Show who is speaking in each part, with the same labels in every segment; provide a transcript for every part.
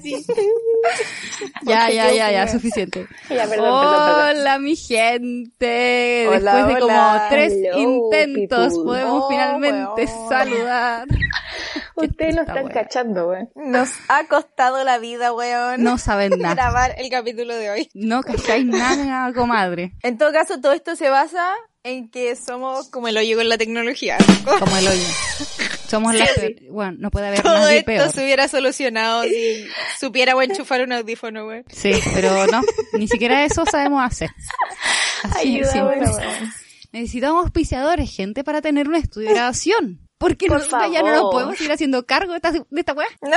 Speaker 1: triste.
Speaker 2: Ya,
Speaker 1: Porque
Speaker 2: ya,
Speaker 1: yo
Speaker 2: ya, ya,
Speaker 1: fui-
Speaker 2: suficiente.
Speaker 1: Ya, perdón, perdón,
Speaker 2: Hola, mi gente.
Speaker 1: Hola,
Speaker 2: Después de
Speaker 1: hola.
Speaker 2: como tres
Speaker 1: Hello,
Speaker 2: intentos
Speaker 1: people.
Speaker 2: podemos
Speaker 3: Oh,
Speaker 2: finalmente
Speaker 3: weón.
Speaker 2: saludar.
Speaker 1: perdón. Ustedes lo
Speaker 2: Esta
Speaker 1: están
Speaker 2: wea.
Speaker 1: cachando, weón.
Speaker 3: Nos ha costado la vida, weón.
Speaker 2: No saben nada.
Speaker 3: grabar el capítulo de hoy.
Speaker 2: No cacháis nada, comadre.
Speaker 3: En todo caso, todo esto se basa en que somos como el hoyo con la tecnología.
Speaker 2: Como el hoyo. Somos la peor. Bueno, no puede haber
Speaker 3: Todo
Speaker 2: nadie
Speaker 3: esto
Speaker 2: peor.
Speaker 3: se hubiera solucionado si supiéramos enchufar un audífono, weón.
Speaker 2: Sí, pero no, ni siquiera eso sabemos hacer. Así de
Speaker 1: Ayuda,
Speaker 2: simple.
Speaker 1: weón.
Speaker 2: Necesitamos auspiciadores, gente, para tener un estudio de grabación. Porque
Speaker 1: Por
Speaker 2: nosotros ya no nos
Speaker 1: favor.
Speaker 2: podemos ir haciendo cargo de esta, de esta weá.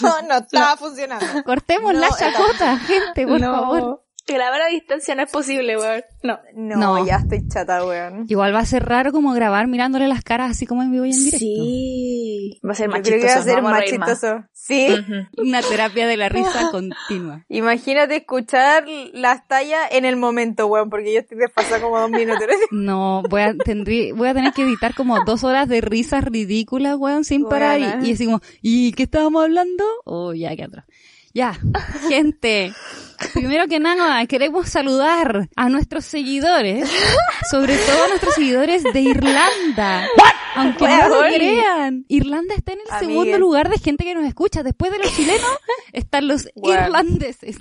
Speaker 3: No, no, no estaba funcionando.
Speaker 2: Cortemos
Speaker 3: No,
Speaker 2: la
Speaker 3: era-
Speaker 2: chacota, gente, por
Speaker 1: no.
Speaker 2: favor.
Speaker 1: Grabar a distancia no es posible, weón. No.
Speaker 3: No,
Speaker 2: No.
Speaker 3: ya estoy chata, weón.
Speaker 2: Igual va a ser raro como grabar mirándole las caras así como en vivo y en directo.
Speaker 1: Sí. Va a ser
Speaker 3: Yo
Speaker 1: más
Speaker 3: creo que va a
Speaker 1: chistoso.
Speaker 3: ser
Speaker 1: vamos a
Speaker 3: más
Speaker 1: reír más.
Speaker 3: chistoso. Sí.
Speaker 1: Ujú.
Speaker 2: Una terapia de la risa continua.
Speaker 3: Imagínate escuchar las tallas en el momento, weón, porque yo estoy desfasada como dos minutos.
Speaker 2: No, voy a, tendrí- voy a tener que editar como dos horas de risas ridículas, weón, sin parar. y-
Speaker 3: Buena.
Speaker 2: Y, decimos, ¿y qué estábamos hablando? Oh, ya, qué atrás. Ya, gente, primero que nada, queremos saludar a nuestros seguidores, sobre todo a nuestros seguidores de Irlanda. Aunque no lo
Speaker 3: Weón.
Speaker 2: crean, Irlanda está en el
Speaker 3: Amigues.
Speaker 2: segundo lugar de gente que nos escucha. Después de los chilenos, están los
Speaker 3: Weón.
Speaker 2: irlandeses.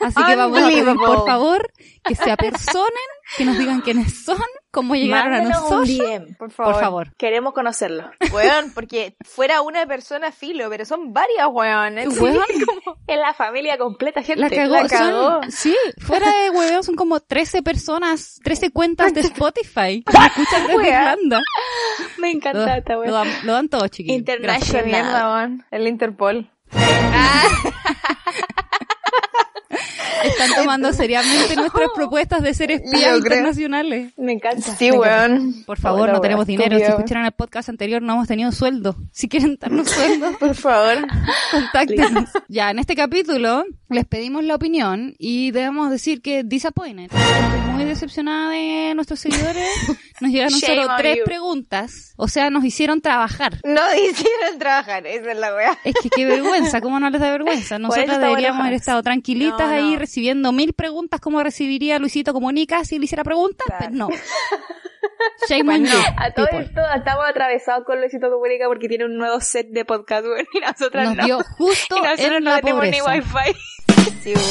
Speaker 2: Así que vamos a pedir,
Speaker 3: Unbelievable.
Speaker 2: por favor, que se apersonen, que nos digan quiénes son, cómo llegaron a
Speaker 1: Mándenos un
Speaker 2: nosotros.
Speaker 1: DM.
Speaker 3: Por favor.
Speaker 2: Por favor.
Speaker 1: Queremos conocerlo.
Speaker 3: Weón, porque fuera una persona filo, pero son varias, weón. Es
Speaker 2: Weón,
Speaker 1: Es la familia completa, gente.
Speaker 2: la cagó.
Speaker 1: La
Speaker 2: Son-
Speaker 1: cagó.
Speaker 2: sí, fuera de hueveo son como 13 personas, 13 cuentas de Spotify que nos escuchan desde
Speaker 3: Wea.
Speaker 2: Irlanda.
Speaker 1: Me
Speaker 2: Lo,
Speaker 1: encanta esta
Speaker 2: lo
Speaker 1: weón.
Speaker 2: dan, lo dan todo, chiquillos. Gracias.
Speaker 1: Qué
Speaker 3: International.
Speaker 1: mierda,
Speaker 3: weón. El Interpol.
Speaker 2: Están tomando seriamente nuestras propuestas de ser espías
Speaker 3: creo.
Speaker 2: internacionales.
Speaker 1: Me encanta.
Speaker 3: Sí, weón.
Speaker 2: Por favor,
Speaker 3: Hola,
Speaker 2: no tenemos
Speaker 3: weón.
Speaker 2: dinero. Si
Speaker 3: Estúpido.
Speaker 2: escucharon el podcast anterior, no hemos tenido sueldo. Si quieren darnos sueldo,
Speaker 3: Por favor.
Speaker 2: Contáctenos. Ya, en este capítulo les pedimos la opinión y debemos decir que disappointed. Estoy Muy decepcionada de nuestros seguidores. Nos llegaron
Speaker 1: Shame
Speaker 2: solo
Speaker 1: on
Speaker 2: tres
Speaker 1: you.
Speaker 2: preguntas. O sea, nos hicieron trabajar.
Speaker 3: No hicieron trabajar, esa es la weá.
Speaker 2: Es que qué vergüenza, cómo no les da vergüenza. Nosotras
Speaker 1: está bueno,
Speaker 2: deberíamos haber
Speaker 1: Hans.
Speaker 2: estado tranquilitas
Speaker 3: No, no.
Speaker 2: ahí recibiendo mil preguntas como recibiría Luisito Comunica si le hiciera preguntas,
Speaker 3: Claro.
Speaker 2: pero no. Shame on you,
Speaker 1: A todo
Speaker 3: pues.
Speaker 2: people.
Speaker 1: esto estamos atravesados con Luisito Comunica porque tiene un nuevo set de podcast, weón. Y nosotras
Speaker 2: Nos
Speaker 1: no.
Speaker 2: dio justo
Speaker 1: y nosotros
Speaker 2: en
Speaker 1: no
Speaker 2: la
Speaker 1: tenemos ni
Speaker 2: pobreza.
Speaker 1: wifi.
Speaker 3: Sí, weón.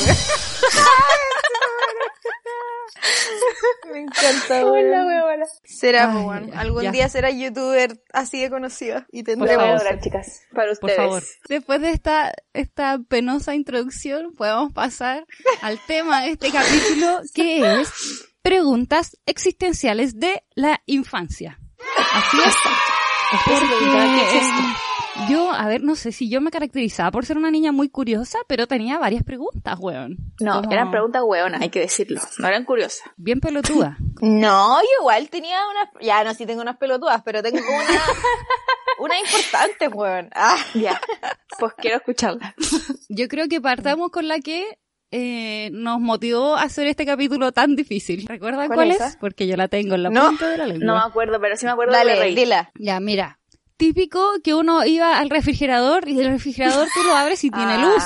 Speaker 3: Me encanta,
Speaker 1: Hola,
Speaker 3: weón.
Speaker 1: weón.
Speaker 3: Será,
Speaker 2: Ay,
Speaker 3: weón.
Speaker 2: ya,
Speaker 3: Algún
Speaker 2: ya.
Speaker 3: día será youtuber así de conocido y
Speaker 1: Lo
Speaker 2: Por
Speaker 1: voy
Speaker 3: tendremos.
Speaker 1: a
Speaker 2: favor.
Speaker 1: lograr, chicas. Para
Speaker 2: Por
Speaker 1: ustedes.
Speaker 2: favor. Después de esta, esta penosa introducción, podemos pasar al tema de este capítulo, que es preguntas existenciales de la infancia. Así es. Porque em, yo, a ver, no sé si yo me caracterizaba por ser una niña muy curiosa, pero tenía varias preguntas, weón.
Speaker 1: No,
Speaker 2: Como
Speaker 1: eran preguntas hueonas, hay que decirlo. No eran curiosas.
Speaker 2: Bien pelotuda.
Speaker 3: No, yo igual tenía unas. Ya, no, sí tengo unas pelotudas, pero tengo una. una importante, weón. Ah,
Speaker 1: Ya. Pues quiero escucharla.
Speaker 2: Yo creo que partamos con la que eh, nos motivó a hacer este capítulo tan difícil. ¿Recuerdan
Speaker 3: ¿Cuál
Speaker 2: cuál,
Speaker 3: es
Speaker 2: es?
Speaker 3: esa?
Speaker 2: Porque yo la tengo en la
Speaker 3: No.
Speaker 2: punta de la lengua.
Speaker 1: No me acuerdo, pero sí me acuerdo de la
Speaker 3: dale,
Speaker 1: reír.
Speaker 3: dila.
Speaker 2: Ya, mira. Típico que uno iba al refrigerador y el refrigerador tú lo abres y tiene
Speaker 3: Ah,
Speaker 2: luz.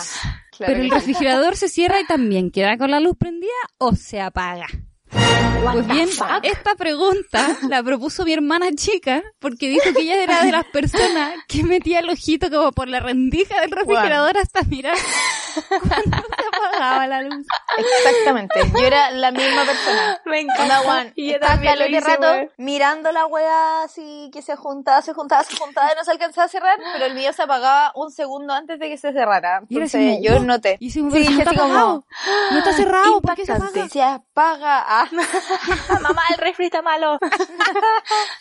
Speaker 3: claro
Speaker 2: pero el
Speaker 3: que sí.
Speaker 2: refrigerador se cierra y también queda con la luz prendida o se apaga.
Speaker 1: What
Speaker 2: Pues
Speaker 1: the
Speaker 2: bien,
Speaker 1: fuck?
Speaker 2: esta pregunta la propuso mi hermana chica porque dijo que ella era de las personas que metía el ojito como por la rendija del refrigerador hasta mirar cuando se apagaba la luz.
Speaker 3: Exactamente. Yo era la misma persona.
Speaker 1: Me
Speaker 3: Onda,
Speaker 1: encanta.
Speaker 3: weón.
Speaker 1: Y yo
Speaker 3: Estaba
Speaker 1: también lo
Speaker 3: caleta
Speaker 1: hice,
Speaker 3: rato
Speaker 1: weón.
Speaker 3: mirando la weá así que se juntaba, se juntaba, se juntaba y no se alcanzaba a cerrar, pero el mío se apagaba un segundo antes de que se cerrara.
Speaker 2: Y era así
Speaker 3: Entonces
Speaker 2: como,
Speaker 3: yo
Speaker 2: "Oh".
Speaker 3: noté.
Speaker 2: Y decimos,
Speaker 3: Sí,
Speaker 2: pero si no está
Speaker 3: dije así como,
Speaker 2: apagado, no está cerrado, ¿por qué se apaga?
Speaker 3: Se apaga. Ah,
Speaker 1: Ah, mamá, el refri está malo.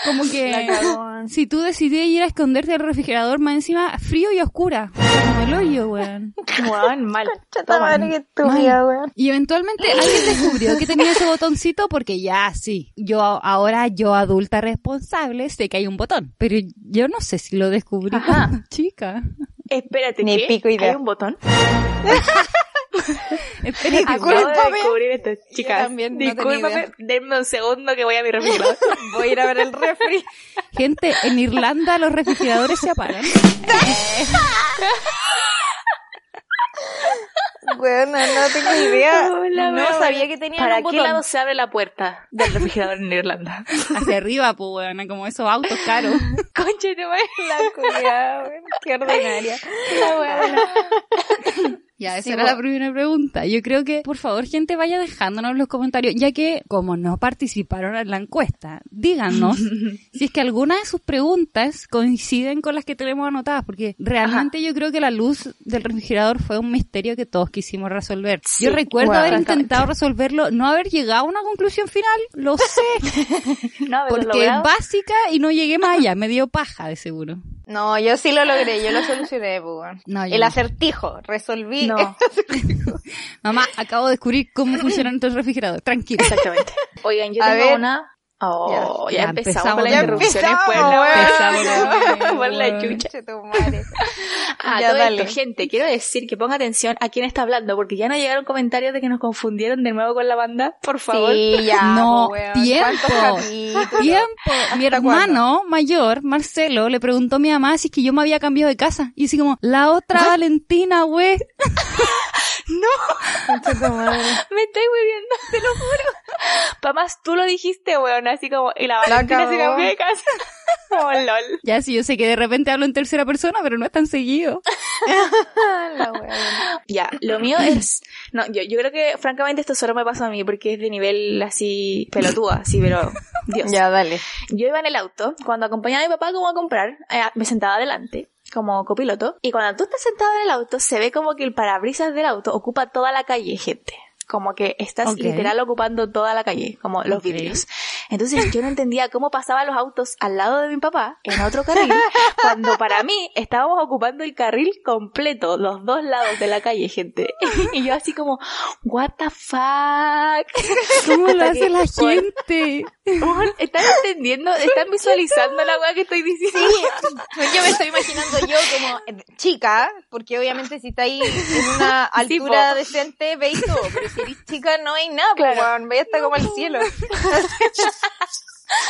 Speaker 2: Como
Speaker 3: la
Speaker 2: que
Speaker 3: cagón.
Speaker 2: si tú decidías ir a esconderte al refrigerador, más encima frío y oscura. Como el hoyo, weón.
Speaker 1: Weón, mal.
Speaker 3: Chata madre, qué estúpida, weón.
Speaker 2: Y eventualmente alguien descubrió que tenía ese botoncito porque ya sí, yo a- ahora yo adulta responsable sé que hay un botón, pero yo no sé si lo descubrí
Speaker 1: Ajá.
Speaker 2: cuando chica.
Speaker 1: Espérate,
Speaker 3: Ni
Speaker 1: ¿qué?
Speaker 3: pico idea.
Speaker 1: ¿Hay un botón?
Speaker 2: Espérate,
Speaker 1: Acabo de
Speaker 3: Discúlpame.
Speaker 1: descubrir esto, chicas.
Speaker 3: también no tenía
Speaker 1: Discúlpame,
Speaker 3: idea.
Speaker 1: denme un segundo que voy a mi refrigerador.
Speaker 3: Voy a ir a ver el refri.
Speaker 2: gente, en Irlanda los refrigeradores se apagan.
Speaker 3: Buena, no tengo idea.
Speaker 1: Hola,
Speaker 3: no
Speaker 1: weón.
Speaker 3: sabía que tenía
Speaker 1: ¿Para
Speaker 3: un
Speaker 1: qué
Speaker 3: botón.
Speaker 1: lado se abre la puerta del refrigerador en Irlanda?
Speaker 2: Hacia arriba, pues, weona, como esos autos caros.
Speaker 1: Conche, no
Speaker 3: La culiá, weón, qué ordinaria.
Speaker 2: Ya, esa
Speaker 3: Sí,
Speaker 2: era
Speaker 3: po.
Speaker 2: la primera pregunta. Yo creo que, por favor, gente, vaya dejándonos los comentarios, ya que, como no participaron en la encuesta, díganos si es que alguna de sus preguntas coinciden con las que tenemos anotadas, porque realmente yo creo que la luz del refrigerador fue un misterio que todos quisimos resolver. yo recuerdo
Speaker 1: bueno,
Speaker 2: haber
Speaker 1: francamente.
Speaker 2: intentado resolverlo, no haber llegado a una conclusión final, lo sé,
Speaker 1: No, pero
Speaker 2: porque es básica y no llegué más allá, me dio paja de seguro.
Speaker 3: No, yo sí lo logré, yo lo solucioné, pues, weón.
Speaker 2: No, yo
Speaker 3: El
Speaker 2: no.
Speaker 3: acertijo, resolví. este
Speaker 1: No,
Speaker 2: Mamá, acabo de descubrir cómo funciona nuestro refrigerador, tranquila.
Speaker 1: exactamente. Oigan, yo
Speaker 3: A
Speaker 1: tengo
Speaker 3: ver.
Speaker 1: una... Oh, ya,
Speaker 2: Ya,
Speaker 1: empezamos con
Speaker 2: empezamos.
Speaker 1: las
Speaker 2: Ya
Speaker 1: interrupciones,
Speaker 3: empezamos,
Speaker 1: pues,
Speaker 3: weón.
Speaker 1: la-
Speaker 2: Empezamos,
Speaker 1: por la
Speaker 2: weón.
Speaker 1: chucha.
Speaker 3: Chetumare.
Speaker 1: Ah,
Speaker 3: Ya,
Speaker 1: todo
Speaker 3: dale.
Speaker 1: esto, gente, quiero decir que ponga atención a quién está hablando, porque ya no llegaron comentarios de que nos confundieron de nuevo con la banda, por favor.
Speaker 3: Sí, ya.
Speaker 2: No,
Speaker 3: pues, weón.
Speaker 2: tiempo.
Speaker 3: ¿Cuántos capítulos?
Speaker 2: tiempo. Mi
Speaker 3: ¿Hasta
Speaker 2: hermano mayor, Marcelo, le preguntó a mi mamá si es que yo me había cambiado de casa. Y así como, la otra
Speaker 3: ¿Ah?
Speaker 2: Valentina, güey.
Speaker 3: Chetumare.
Speaker 1: Me estoy muriendo, te lo juro. Papás, tú lo dijiste, weón, así como, y la Valentina se
Speaker 3: cagó.
Speaker 1: cambió de casa. Oh, lol.
Speaker 2: Ya sí, yo sé que de repente hablo en tercera persona, pero no es tan seguido.
Speaker 3: Ah, la weón.
Speaker 1: Ya, lo mío es, no, yo, yo creo que francamente esto solo me pasa a mí, porque es de nivel así, pelotúa, así, pero, Dios.
Speaker 3: Ya, dale.
Speaker 1: Yo iba en el auto, cuando acompañaba a mi papá como a comprar, eh, me sentaba adelante como copiloto, y cuando tú estás sentado en el auto, se ve como que el parabrisas del auto ocupa toda la calle, gente. Como que estás
Speaker 2: Ok.
Speaker 1: literal ocupando toda la calle, como los
Speaker 2: Ok.
Speaker 1: vidrios. Entonces yo no entendía cómo pasaban los autos al lado de mi papá, en otro carril, cuando para mí estábamos ocupando el carril completo, los dos lados de la calle, gente. Y yo así como, what the fuck.
Speaker 2: ¿Cómo lo
Speaker 1: Hasta
Speaker 2: hace
Speaker 1: que-
Speaker 2: la gente?
Speaker 1: Weón, ¿Están entendiendo? ¿Están visualizando la weá que estoy diciendo?
Speaker 3: Yo me estoy imaginando yo como eh, chica, porque obviamente si está ahí en una altura
Speaker 1: po.
Speaker 3: decente, veis todo, pero si eres chica no hay nada,
Speaker 1: Claro.
Speaker 3: pues, weón, veis hasta como el cielo.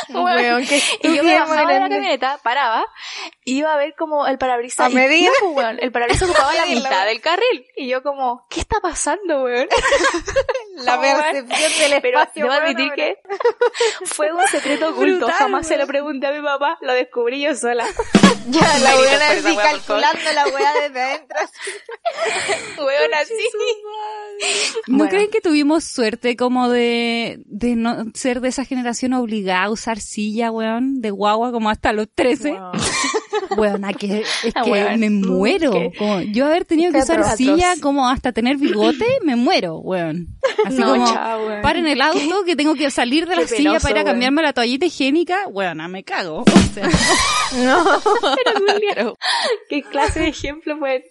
Speaker 1: Weón.
Speaker 3: qué
Speaker 1: Y yo me
Speaker 3: estúpida
Speaker 1: bajaba de la
Speaker 3: grande.
Speaker 1: camioneta, paraba, y iba a ver como el parabrisas.
Speaker 3: A medir.
Speaker 1: Y, no, pues, weón, el parabrisas ocupaba la
Speaker 3: Sí, la
Speaker 1: mitad
Speaker 3: weá.
Speaker 1: del carril. Y yo como, ¿qué está pasando, weón?
Speaker 3: La percepción del
Speaker 1: Pero
Speaker 3: espacio.
Speaker 1: debo
Speaker 3: weón,
Speaker 1: admitir
Speaker 3: pero-
Speaker 1: que fue un secreto oculto.
Speaker 2: Brutal,
Speaker 1: Jamás se
Speaker 2: weón.
Speaker 1: lo pregunté a mi papá, lo descubrí yo sola.
Speaker 3: Ya, la
Speaker 1: Mérito
Speaker 3: weón
Speaker 1: por esa weá,
Speaker 3: así
Speaker 1: por favor.
Speaker 3: calculando la weá desde adentro. así.
Speaker 1: Weón, así.
Speaker 2: ¿No
Speaker 1: Bueno.
Speaker 2: creen que tuvimos suerte como de, de no ser de esa generación obligada a usar silla, weón, de guagua como hasta los 13? Weón, a que, es
Speaker 1: Ah,
Speaker 2: que
Speaker 1: weón.
Speaker 2: me muero.
Speaker 1: ¿Qué?
Speaker 2: Como, yo haber tenido que
Speaker 3: Qué
Speaker 2: usar
Speaker 3: atroz.
Speaker 2: silla como hasta tener bigote, me muero, weón. Así
Speaker 1: No,
Speaker 2: como,
Speaker 1: chao, weón.
Speaker 2: paren el auto que tengo que salir de la
Speaker 1: Qué
Speaker 2: silla
Speaker 1: penoso,
Speaker 2: para ir a
Speaker 1: weón.
Speaker 2: cambiarme la toallita higiénica, weón, ah, me cago. O sea,
Speaker 3: No.
Speaker 1: Pero, Julia, ¿Qué clase de ejemplo, weón?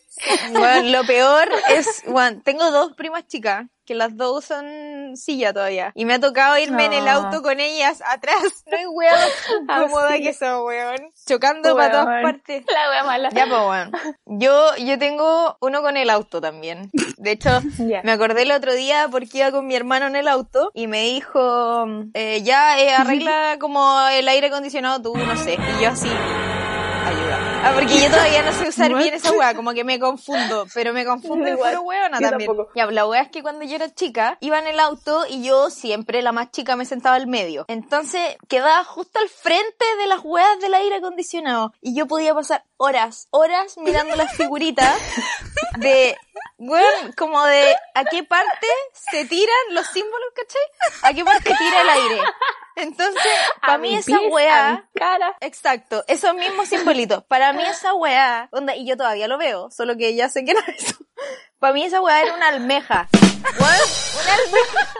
Speaker 3: Bueno, lo peor es, bueno, tengo dos primas chicas, que las dos usan silla todavía. Y me ha tocado irme en el
Speaker 1: No.
Speaker 3: auto con ellas atrás. Ah, No hay hueón cómoda
Speaker 1: Así.
Speaker 3: que son, weón. Chocando para
Speaker 1: Weón.
Speaker 3: todas partes.
Speaker 1: La wea mala.
Speaker 3: Ya, pues, weón. Yo, yo tengo uno con el auto también. De hecho,
Speaker 1: Ya.
Speaker 3: me acordé el otro día porque iba con mi hermano en el auto y me dijo, eh, ya eh, arregla como el aire acondicionado tú, no sé. Y yo así, ayuda. Ah, porque yo todavía no sé usar bien esa weá, como que me confundo, pero me confundo de
Speaker 1: Igual,
Speaker 3: puro weona
Speaker 1: yo
Speaker 3: también.
Speaker 1: tampoco.
Speaker 3: Ya, la weá es que cuando yo era chica, iba en el auto y yo siempre, la más chica, me sentaba al medio. Entonces, quedaba justo al frente de las weas del aire acondicionado. Y yo podía pasar horas, horas mirando las figuritas de, weón, como de a qué parte se tiran los símbolos, ¿cachai? A qué parte tira el aire. Entonces, para
Speaker 1: A
Speaker 3: mí
Speaker 1: mi
Speaker 3: esa
Speaker 1: pies,
Speaker 3: weá...
Speaker 1: a mi cara.
Speaker 3: Exacto, esos mismos simbolitos. Para mí esa weá, onda, y yo todavía lo veo, solo que ya sé que no es eso. Para mí esa weá era una almeja. Weón, una almeja.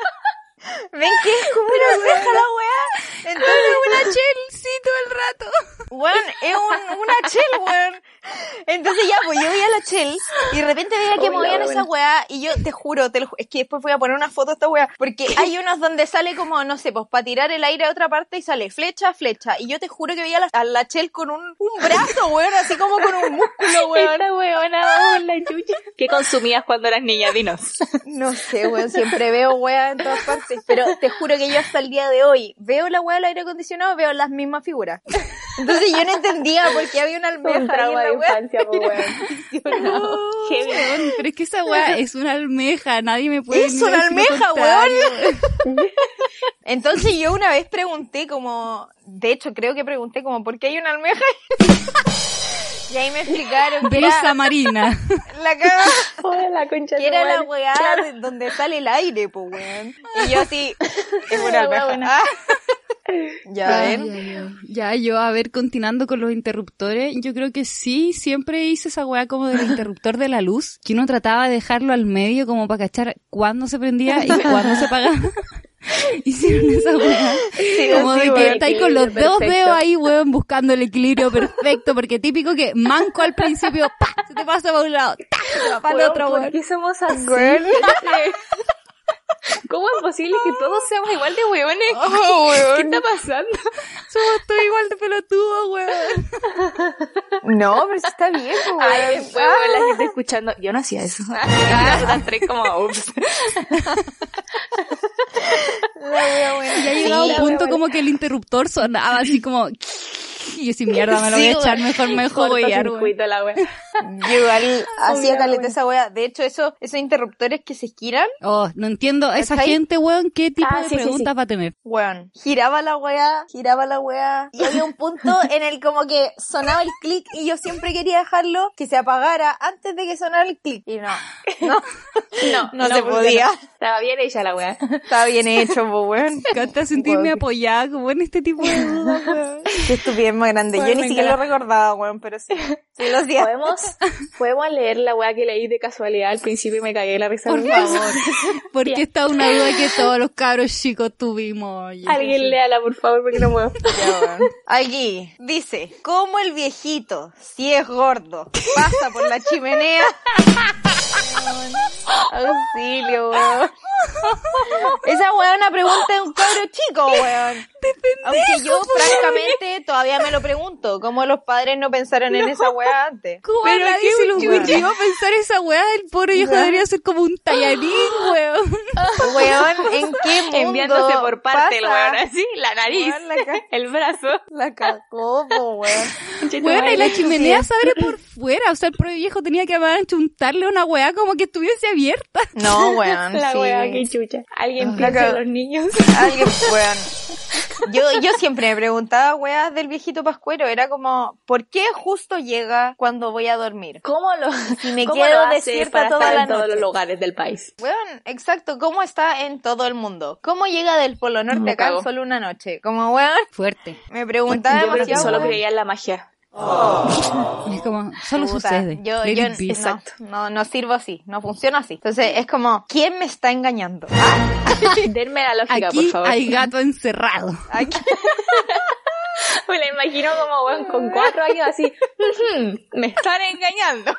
Speaker 3: ¿Ven que es como una almeja la weá? Entonces,
Speaker 2: una Chelsea todo el rato.
Speaker 3: weón, es un, una chel, weón. Entonces ya, pues yo veía la chel y de repente veía que
Speaker 1: Hola,
Speaker 3: movían
Speaker 1: weón.
Speaker 3: esa weá y yo te juro, te lo ju- es que después voy a poner una foto de esta weá, porque hay unos donde sale como, no sé, pues para tirar el aire a otra parte y sale flecha, flecha. Y yo te juro que veía la, a la chel con un, un brazo, weón, así como con un músculo, weón.
Speaker 1: Esta weona, vamos, la chucha. ¿Qué consumías cuando eras niña? Dinos.
Speaker 3: No sé, weón, siempre veo weá en todas partes, pero te juro que yo hasta el día de hoy veo la weá del aire acondicionado, veo las mismas figuras. Entonces yo no entendía por qué había una almeja
Speaker 1: Un trauma
Speaker 3: ahí
Speaker 1: de
Speaker 3: en la
Speaker 1: infancia, po, weón.
Speaker 3: wea.
Speaker 1: Heavy.
Speaker 2: Weón, pero es que esa weá es una almeja, nadie me puede
Speaker 3: Es
Speaker 2: venir a
Speaker 3: una
Speaker 2: decir lo
Speaker 3: almeja,
Speaker 2: contrario.
Speaker 3: Entonces yo una vez pregunté como, de hecho creo que pregunté como, ¿por qué hay una almeja? Y ahí me explicaron que
Speaker 2: Belusa
Speaker 3: era
Speaker 2: marina.
Speaker 3: la caga-
Speaker 1: Joder, la concha de
Speaker 3: que
Speaker 1: tu
Speaker 3: era la
Speaker 1: madre.
Speaker 3: weá de donde sale el aire, pues weón. Y yo así, es
Speaker 1: Una
Speaker 3: una
Speaker 1: weá
Speaker 3: almeja.
Speaker 1: buena.
Speaker 3: Ah. ya
Speaker 2: Ay,
Speaker 3: ven.
Speaker 2: ay, ay. Ya, yo, a ver, continuando con los interruptores, yo creo que sí, siempre hice esa weá como del interruptor de la luz, que uno trataba de dejarlo al medio como para cachar cuándo se prendía y cuándo se apagaba. Hicieron esa weá.
Speaker 1: Sí,
Speaker 2: como
Speaker 1: sí,
Speaker 2: de que
Speaker 1: weón,
Speaker 2: estáis con los
Speaker 1: equilibrio
Speaker 2: dos
Speaker 1: perfecto.
Speaker 2: dedos ahí, weón, buscando el equilibrio perfecto, porque típico que manco al principio, ¡pa! se te pasa para un lado, ¡tac! se va para el
Speaker 1: Weón,
Speaker 2: otro,
Speaker 1: ¿por
Speaker 2: weón.
Speaker 1: qué somos así?
Speaker 3: Weón.
Speaker 1: ¿Cómo es posible que todos seamos igual de weones?
Speaker 3: Oh,
Speaker 1: ¿Qué
Speaker 3: weón.
Speaker 1: está pasando?
Speaker 2: Somos todos igual de pelotudos, weón.
Speaker 3: No, pero sí está bien, pues weón.
Speaker 1: Ay, después, weón, la gente escuchando. Yo no hacía eso. Ah, puta, entré como, ups.
Speaker 3: La wea buena.
Speaker 2: Y ya
Speaker 3: Sí,
Speaker 2: llegaba
Speaker 3: la
Speaker 2: un
Speaker 3: wea
Speaker 2: punto
Speaker 3: buena.
Speaker 2: como que el interruptor sonaba así como... Y yo sí, mierda, me lo voy
Speaker 3: Sí,
Speaker 2: a echar, mejor me dejo huear, weón.
Speaker 1: Cortocircuito la wea.
Speaker 3: Yo igual hacía
Speaker 1: la
Speaker 3: caleta
Speaker 1: wea.
Speaker 3: esa wea. De hecho, esos, esos interruptores que se giran,
Speaker 2: Oh, no entiendo a esa
Speaker 3: ¿Cachai?
Speaker 2: gente, weón, qué tipo
Speaker 1: Ah,
Speaker 2: de
Speaker 1: sí, sí,
Speaker 2: preguntas va a tener.
Speaker 3: Weón, giraba la weá, giraba la weá. Y había un punto en el como que sonaba el clic y yo siempre quería dejarlo que se apagara antes de que sonara el clic. Y no, no,
Speaker 1: No,
Speaker 3: No
Speaker 1: no,
Speaker 3: se
Speaker 1: porque
Speaker 3: podía.
Speaker 1: no. Estaba bien ella la wea.
Speaker 3: estaba bien hecho, po, weón.
Speaker 2: Me encanta sentirme apoyada como en este tipo de dudas, weón.
Speaker 3: Qué estupidez más grande. Yo
Speaker 1: Weón,
Speaker 3: ni
Speaker 1: me
Speaker 3: siquiera lo
Speaker 1: encanta.
Speaker 3: recordaba, weón, pero sí. Sí, lo hacía.
Speaker 1: ¿Podemos, podemos leer la wea que leí de casualidad al principio y me cagué la risa.
Speaker 2: Por
Speaker 1: de eso?
Speaker 2: favor. Porque esta es una duda que todos los cabros chicos tuvimos. oye.
Speaker 1: Alguien léala, por favor, porque no puedo.
Speaker 3: Ya, weón. Aquí dice, ¿cómo el viejito, si es gordo, pasa por la chimenea? Auxilio, weón. Esa weón es una pregunta de un cabro chico, weón. Aunque yo, francamente, todavía me lo pregunto. ¿Cómo los padres no pensaron en esa weá antes?
Speaker 2: ¿Cómo
Speaker 3: Pero
Speaker 2: a nadie
Speaker 3: qué
Speaker 2: se le
Speaker 3: weón.
Speaker 2: ocurrió pensar esa weá? El pobre viejo debería ser como un tallarín, weón.
Speaker 3: Weón, ¿en qué mundo
Speaker 1: Enviándose por parte el
Speaker 3: pasa?
Speaker 1: weón, así, la nariz,
Speaker 3: Weón, la ca-
Speaker 1: el brazo.
Speaker 3: La cagó, po, weón.
Speaker 2: Weón, y la chimenea se abre por fuera. O sea, el pobre viejo tenía que chuntarle una weá como que estuviese abierta.
Speaker 3: No, weón,
Speaker 1: La
Speaker 3: sí.
Speaker 1: wea, qué chucha. Alguien
Speaker 3: La
Speaker 1: piensa en
Speaker 3: cagó.
Speaker 1: los niños.
Speaker 3: Alguien, weón. Yo, yo siempre me preguntaba, weas, del viejito pascuero. Era como, ¿por qué justo llega cuando voy a dormir?
Speaker 1: ¿Cómo lo,
Speaker 3: Si me
Speaker 1: cómo
Speaker 3: quedo
Speaker 1: lo hace
Speaker 3: despierta
Speaker 1: para
Speaker 3: toda
Speaker 1: estar
Speaker 3: la
Speaker 1: en todos
Speaker 3: noche?
Speaker 1: los lugares del país?
Speaker 3: Weón, exacto, ¿cómo está en todo el mundo? ¿Cómo llega del Polo Norte
Speaker 1: Me
Speaker 3: acá en
Speaker 1: cago.
Speaker 3: solo una noche? Como, weón,
Speaker 2: Fuerte.
Speaker 3: me preguntaba
Speaker 1: Yo creo que
Speaker 3: demasiado.
Speaker 1: solo
Speaker 3: weón.
Speaker 1: creía en la magia.
Speaker 2: Es como, solo
Speaker 3: Puta,
Speaker 2: sucede.
Speaker 3: Yo,
Speaker 2: Let
Speaker 3: yo
Speaker 2: it be.
Speaker 3: no,
Speaker 1: Exacto.
Speaker 3: no, no sirvo así, no funciona así. Entonces es como, ¿quién me está engañando? Ah,
Speaker 1: Denme la lógica, por
Speaker 2: Aquí
Speaker 1: favor.
Speaker 2: hay gato encerrado.
Speaker 3: Aquí-
Speaker 1: Me la imagino como, weón, con cuatro años así. "Ujú, me están engañando.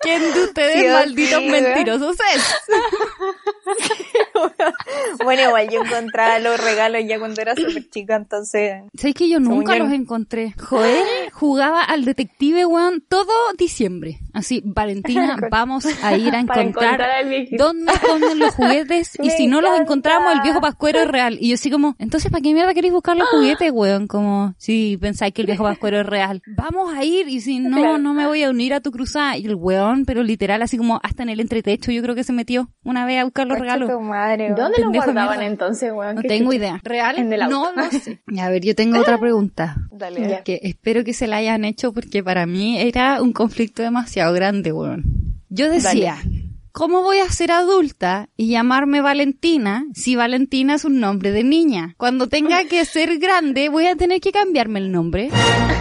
Speaker 2: ¿Quién de ustedes,
Speaker 3: Dios
Speaker 2: malditos
Speaker 3: mío.
Speaker 2: mentirosos, es?
Speaker 3: bueno, igual yo encontraba los regalos ya cuando era súper chica, entonces
Speaker 2: ¿Sabes que yo nunca
Speaker 3: yo no.
Speaker 2: los encontré? Joel jugaba al detective One todo diciembre. Así, Valentina, vamos a ir a
Speaker 1: Para encontrar
Speaker 2: encontrar
Speaker 1: al viejito.
Speaker 2: dónde esconden los juguetes y
Speaker 1: Me
Speaker 2: si no los
Speaker 1: encanta.
Speaker 2: encontramos el viejo Pascuero es real. Y yo así como, entonces ¿para qué mierda queréis buscar
Speaker 1: Ah.
Speaker 2: los juguetes, weón? Como, si pensáis que el viejo Pascuero es real. Vamos a ir y si no,
Speaker 1: Claro.
Speaker 2: no me voy a unir a tu cruzada. Y el weón, pero literal, así como hasta en el entretecho yo creo que se metió una vez a buscar los
Speaker 3: Concha
Speaker 2: regalos.
Speaker 3: tu madre, weón.
Speaker 1: ¿Dónde los
Speaker 2: Pendejo de
Speaker 1: guardaban
Speaker 2: mierda.
Speaker 1: entonces, weón?
Speaker 2: No
Speaker 1: Qué
Speaker 2: tengo
Speaker 1: chucha.
Speaker 2: idea. ¿Real?
Speaker 1: En el
Speaker 2: No,
Speaker 1: auto.
Speaker 2: no sé. A ver, yo tengo otra pregunta.
Speaker 3: Dale.
Speaker 1: Ya.
Speaker 2: Que espero que se la hayan hecho porque para mí era un conflicto demasiado grande, weón. Yo decía, ¿cómo voy a ser adulta y llamarme Valentina si Valentina es un nombre de niña? Cuando tenga que ser grande voy a tener que cambiarme el nombre.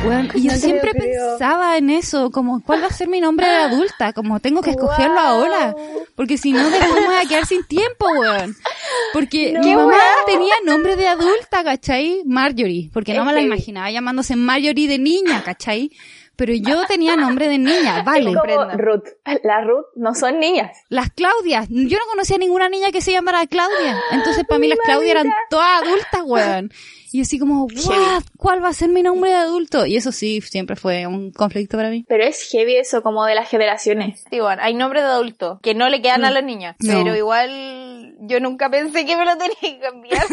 Speaker 2: Weón, y yo
Speaker 1: No te lo
Speaker 2: siempre
Speaker 1: creo.
Speaker 2: pensaba en eso, como, ¿cuál va a ser mi nombre de adulta? Como, tengo que escogerlo
Speaker 1: Guau.
Speaker 2: ahora. Porque si no, después me voy a quedar sin tiempo, weón. Porque mi
Speaker 1: ¡Qué
Speaker 2: mamá
Speaker 1: weón!
Speaker 2: tenía nombre de adulta, ¿cachai? Marjorie, porque no
Speaker 1: Es
Speaker 2: me la
Speaker 1: heavy.
Speaker 2: imaginaba llamándose Marjorie de niña, ¿cachai? Pero yo tenía nombre de niña, vale.
Speaker 1: Es como
Speaker 3: Brenda.
Speaker 1: Ruth. Las Ruth no son niñas.
Speaker 2: Las Claudias, yo no conocía ninguna niña que se llamara Claudia, entonces para mí las Claudias eran todas adultas, weón. Y yo así como, what, ¿cuál va a ser mi nombre de adulto? Y eso sí, siempre fue un conflicto para mí.
Speaker 1: Pero es heavy eso como de las generaciones.
Speaker 3: Sí, bueno, hay nombres de adultos que no le quedan a las niñas,
Speaker 2: No.
Speaker 3: pero igual yo yo nunca pensé que me lo tenía que cambiar.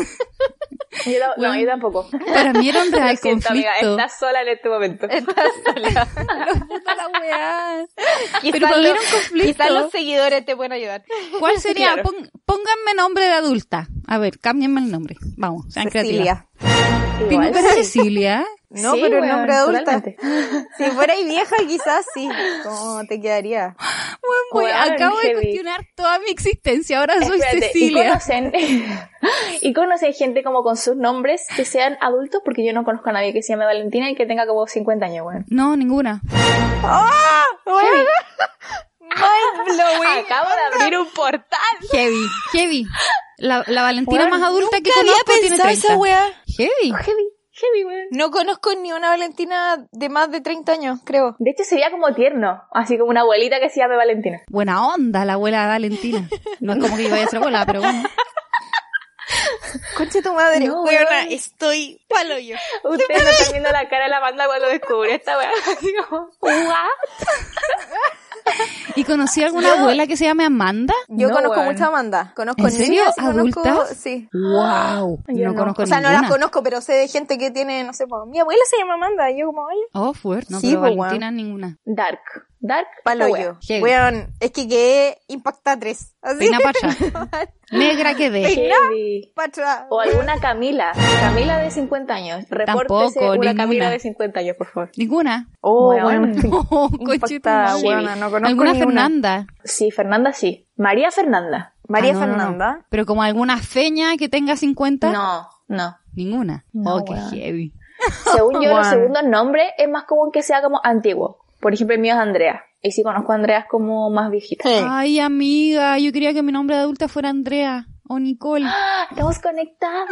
Speaker 1: Yo no-
Speaker 2: Bueno.
Speaker 1: no, yo tampoco.
Speaker 2: Para mí era un real
Speaker 1: Lo siento, amiga,
Speaker 2: conflicto. Eh,
Speaker 1: estás sola en este momento.
Speaker 3: Estás sola.
Speaker 2: Puta la weá.
Speaker 3: Quizás
Speaker 2: Pero para mí
Speaker 3: lo-
Speaker 2: era un conflicto.
Speaker 3: quizás los seguidores te pueden ayudar.
Speaker 2: ¿Cuál sería?
Speaker 1: Claro.
Speaker 2: Pon- pónganme nombre de adulta. A ver, cámbienme el nombre. Vamos, sean creativas.
Speaker 3: Cecilia.
Speaker 2: Pingo para Cecilia.
Speaker 3: No,
Speaker 1: Sí,
Speaker 3: pero el
Speaker 1: weón,
Speaker 3: nombre de adulta.
Speaker 1: totalmente.
Speaker 3: Si fuera vieja, quizás sí. ¿Cómo te quedaría?
Speaker 2: Weón,
Speaker 1: Weón,
Speaker 2: acabo de
Speaker 1: heavy.
Speaker 2: cuestionar toda mi existencia. Ahora soy
Speaker 1: Espérate, ¿Y
Speaker 2: Cecilia.
Speaker 1: conocen, y conocen gente como con sus nombres que sean adultos, porque yo no conozco a nadie que se llame Valentina y que tenga como 50 años, weón.
Speaker 2: No, ninguna.
Speaker 3: ¡Ah! Bueno, mind blowing.
Speaker 1: Acabo de abrir un portal.
Speaker 2: Heavy, heavy. La, la Valentina
Speaker 1: Weón,
Speaker 2: más adulta que
Speaker 3: Nunca había
Speaker 2: conozco tiene
Speaker 3: pensado
Speaker 2: 30.
Speaker 3: esa weá.
Speaker 2: Heavy.
Speaker 1: Heavy, heavy, weón.
Speaker 3: No conozco ni una Valentina de más de 30 años, creo.
Speaker 1: De hecho, sería como tierno, así como una abuelita que se llame Valentina.
Speaker 2: Buena onda la abuela de Valentina. No es como que yo vaya a ser abuela, pero bueno.
Speaker 3: Conche tu madre,
Speaker 1: No,
Speaker 3: weona,
Speaker 1: weón.
Speaker 3: estoy palo yo.
Speaker 1: Ustedes no están viendo la cara de la banda cuando descubrí esta weá. Así como, ¿what?
Speaker 2: ¿Y conocí a alguna abuela que se llame Amanda?
Speaker 3: Yo
Speaker 1: No,
Speaker 3: conozco
Speaker 1: weón.
Speaker 3: mucha Amanda. Conozco
Speaker 2: ¿En serio?
Speaker 3: niñas y conozco-
Speaker 2: ¿Adultas?
Speaker 3: Sí.
Speaker 2: ¡Wow!
Speaker 1: Yo
Speaker 2: No,
Speaker 1: no.
Speaker 2: conozco
Speaker 3: O sea, no
Speaker 2: ninguna.
Speaker 3: las conozco, pero sé de gente que tiene, no sé, po, mi abuela se llama Amanda. Y yo como, oye,
Speaker 2: Oh, fuerte. No,
Speaker 3: Sí,
Speaker 2: pero
Speaker 3: po, weón.
Speaker 2: Valentina ninguna.
Speaker 1: Dark, dark, esta
Speaker 3: palo
Speaker 1: weá.
Speaker 3: yo.
Speaker 2: Heavy.
Speaker 3: Weón, es que quedé impactada tres. Así,
Speaker 2: Peina pacha. Negra quedé.
Speaker 1: Heavy.
Speaker 3: pacha.
Speaker 1: O alguna Camila, Camila de 50 años. Repórtese
Speaker 2: Tampoco,
Speaker 1: una
Speaker 2: ninguna.
Speaker 1: Camila de 50 años, por favor.
Speaker 2: Ninguna.
Speaker 3: Oh,
Speaker 1: Weón.
Speaker 3: weón.
Speaker 2: Oh,
Speaker 3: Impactada,
Speaker 2: conchetumare.
Speaker 1: weón.
Speaker 3: weona, no conozco
Speaker 2: Alguna
Speaker 3: ni una.
Speaker 2: Fernanda.
Speaker 1: Sí, Fernanda sí. María Fernanda.
Speaker 3: María
Speaker 2: Ah, no, no, no.
Speaker 3: Fernanda.
Speaker 2: Pero como alguna feña que tenga 50.
Speaker 1: No, no.
Speaker 2: Ninguna.
Speaker 1: No,
Speaker 2: oh, qué
Speaker 1: weón.
Speaker 2: heavy.
Speaker 1: Según yo,
Speaker 3: Bueno.
Speaker 1: los segundos nombres es más común que sea como antiguo. Por ejemplo, el mío es Andrea. Y sí conozco a Andrea es como más viejita.
Speaker 3: Sí.
Speaker 2: Ay, amiga, yo quería que mi nombre de adulta fuera Andrea o Nicole.
Speaker 1: ¡Ah! Estamos conectadas.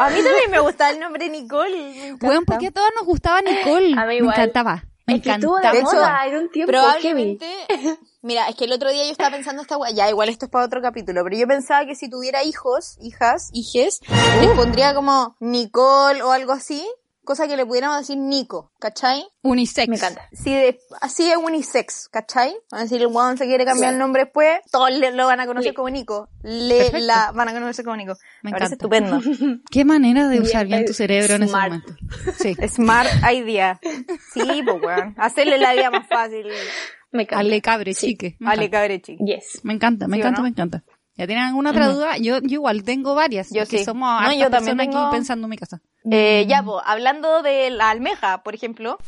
Speaker 3: A mí también me gustaba el nombre Nicole. me encanta.
Speaker 2: Weón, ¿por qué a todas nos gustaba Nicole?
Speaker 1: A mí
Speaker 2: Me
Speaker 1: igual.
Speaker 2: encantaba. Me
Speaker 1: Es que estuvo de
Speaker 2: encantaba.
Speaker 3: De hecho,
Speaker 1: moda en un tiempo, Kevin.
Speaker 3: Probablemente. Mira, es que el otro día yo estaba pensando esta weá. Ya, igual esto es para otro capítulo. Pero yo pensaba que si tuviera hijos, hijas, hijes, les pondría como Nicole o algo así. Cosa que le pudiéramos decir Nico, ¿cachai?
Speaker 2: Unisex.
Speaker 1: Me encanta.
Speaker 3: Si de- así es unisex, ¿cachai? A decir, el weón se quiere cambiar el nombre después, todos le- lo van a conocer
Speaker 1: Le-
Speaker 3: como Nico. Le
Speaker 2: Perfecto.
Speaker 3: la van a conocer como Nico.
Speaker 2: Me
Speaker 3: Me parece
Speaker 2: encanta.
Speaker 3: estupendo.
Speaker 2: Qué manera de
Speaker 1: Bien,
Speaker 2: usar bien
Speaker 1: pero
Speaker 2: tu cerebro en ese
Speaker 1: smart.
Speaker 2: momento. Sí.
Speaker 3: Smart idea. Sí, pues weón. Hacerle la vida más fácil.
Speaker 1: Me encanta.
Speaker 2: Ale cabre, chique. Me
Speaker 3: Vale,
Speaker 2: encanta.
Speaker 3: cabre chico.
Speaker 1: Yes.
Speaker 2: Me encanta, me
Speaker 3: ¿Sí o
Speaker 2: encanta,
Speaker 3: no?
Speaker 2: me encanta. ¿Ya tienen alguna otra duda? Yo, yo igual tengo varias.
Speaker 3: Yo
Speaker 2: porque
Speaker 3: sí.
Speaker 2: somos
Speaker 3: No,
Speaker 2: hartas
Speaker 3: yo también
Speaker 2: personas
Speaker 3: tengo-
Speaker 2: aquí pensando en mi casa.
Speaker 3: Eh,
Speaker 1: Mm.
Speaker 3: ya, pues, hablando de la almeja, por ejemplo,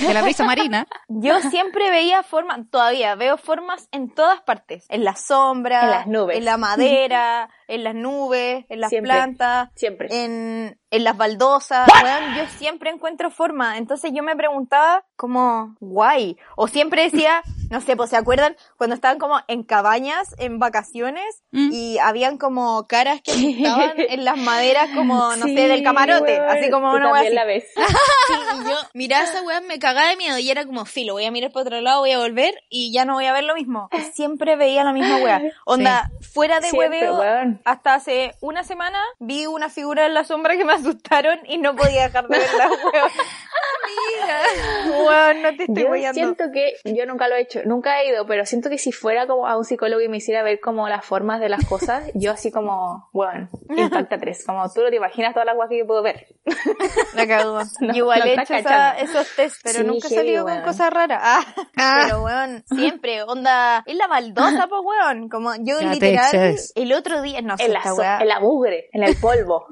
Speaker 2: De la brisa marina.
Speaker 3: yo siempre veía formas, todavía veo formas en todas partes, en la sombra,
Speaker 1: En las nubes.
Speaker 3: en la madera, en las nubes, en las
Speaker 1: Siempre.
Speaker 3: plantas,
Speaker 1: Siempre.
Speaker 3: en, en las baldosas, weón, yo siempre encuentro forma, entonces yo me preguntaba como, guay, o siempre decía, no sé, pues se acuerdan cuando estaban como en cabañas, en vacaciones,
Speaker 2: Mm.
Speaker 3: y habían como caras que estaban en las maderas como, no
Speaker 1: Sí,
Speaker 3: sé, del camarote,
Speaker 1: weón.
Speaker 3: así como
Speaker 1: Tú
Speaker 3: una wea
Speaker 1: también
Speaker 3: así.
Speaker 1: la
Speaker 3: Ah,
Speaker 1: ves.
Speaker 3: Sí, y yo miraba esa weá, me cagaba de miedo y era como filo, voy a mirar para otro lado, voy a volver y ya no voy a ver lo mismo. Y Siempre veía la misma weá. Onda, fuera de
Speaker 1: Siempre,
Speaker 3: hueveo,
Speaker 1: weón.
Speaker 3: hasta hace una semana vi una figura en la sombra que me asustaron y no podía dejar de verla, weón. Amiga, weón, no te estoy
Speaker 1: Yo
Speaker 3: weyando.
Speaker 1: siento que, yo nunca lo he hecho, nunca he ido, pero siento que si fuera como a un psicólogo y me hiciera ver como las formas de las cosas, yo así como, bueno, impacta tres, como tú no te imaginas todas las guas que yo puedo ver.
Speaker 3: La cagó.
Speaker 1: No,
Speaker 3: Igual
Speaker 1: no
Speaker 3: he
Speaker 1: está
Speaker 3: hecho esa-
Speaker 1: cachando.
Speaker 3: esos test, pero
Speaker 1: Sí,
Speaker 3: nunca he
Speaker 1: heavy,
Speaker 3: salido
Speaker 1: weón.
Speaker 3: con cosas raras. Ah, Pero weón, siempre, onda, es la baldosa, pues weón. Como yo
Speaker 2: Ya te
Speaker 3: literal,
Speaker 2: excedes.
Speaker 3: el otro día, no sé,
Speaker 1: En la,
Speaker 3: esta
Speaker 1: so-
Speaker 3: weá.
Speaker 1: en la mugre, en el polvo.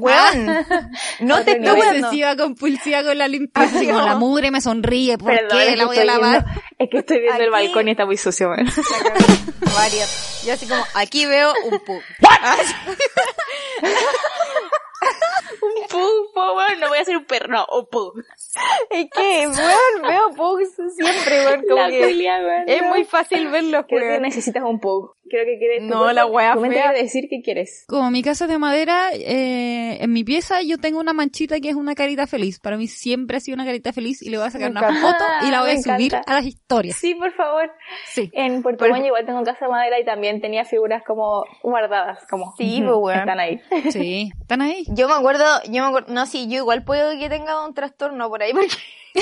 Speaker 3: Weón, no
Speaker 1: Otro
Speaker 3: te estoy
Speaker 1: nivel.
Speaker 3: weando.
Speaker 2: Obsesiva, compulsiva con la limpieza.
Speaker 3: Ay,
Speaker 2: Como
Speaker 3: no.
Speaker 2: la mugre me sonríe. ¿Por
Speaker 1: Ah, Perdón, es
Speaker 2: qué
Speaker 1: que
Speaker 2: la voy a
Speaker 1: estoy
Speaker 2: lavar?
Speaker 1: viendo- es que estoy viendo el
Speaker 3: Aquí-
Speaker 1: balcón y está muy sucio, man.
Speaker 3: La cagó. Varias. Yo así como, aquí veo un pug.
Speaker 1: Un pug, po, weón. No voy a ser un perro, no, un pug.
Speaker 3: Es que, weón, veo pugs siempre, weón. Como
Speaker 1: La
Speaker 3: que
Speaker 1: Julia, weón.
Speaker 3: es muy fácil verlos,
Speaker 1: Creo que
Speaker 3: weón.
Speaker 1: necesitas un pug. Creo que quieres. tu
Speaker 3: No,
Speaker 1: cuerpo-
Speaker 3: la wea
Speaker 1: Tu mente
Speaker 3: fea.
Speaker 1: quiere decir que quieres.
Speaker 2: Como mi casa es de madera, eh, en mi pieza yo tengo una manchita que es una carita feliz. Para mí siempre ha sido una carita feliz y le voy a sacar
Speaker 3: Me
Speaker 2: una foto
Speaker 1: encanta. Ah,
Speaker 2: y la voy a
Speaker 1: Me
Speaker 2: subir
Speaker 1: encanta.
Speaker 2: a las historias.
Speaker 1: Sí, por favor.
Speaker 2: Sí.
Speaker 1: En Puerto Montt igual tengo casa de madera y también tenía figuras como guardadas, como
Speaker 3: Sí,
Speaker 1: ujú,
Speaker 3: pues, weón.
Speaker 1: están ahí.
Speaker 2: Sí. ¿Están ahí?
Speaker 3: Yo me acuerdo, yo me acuerdo, no, sí, yo igual puedo que tenga un trastorno por ahí, porque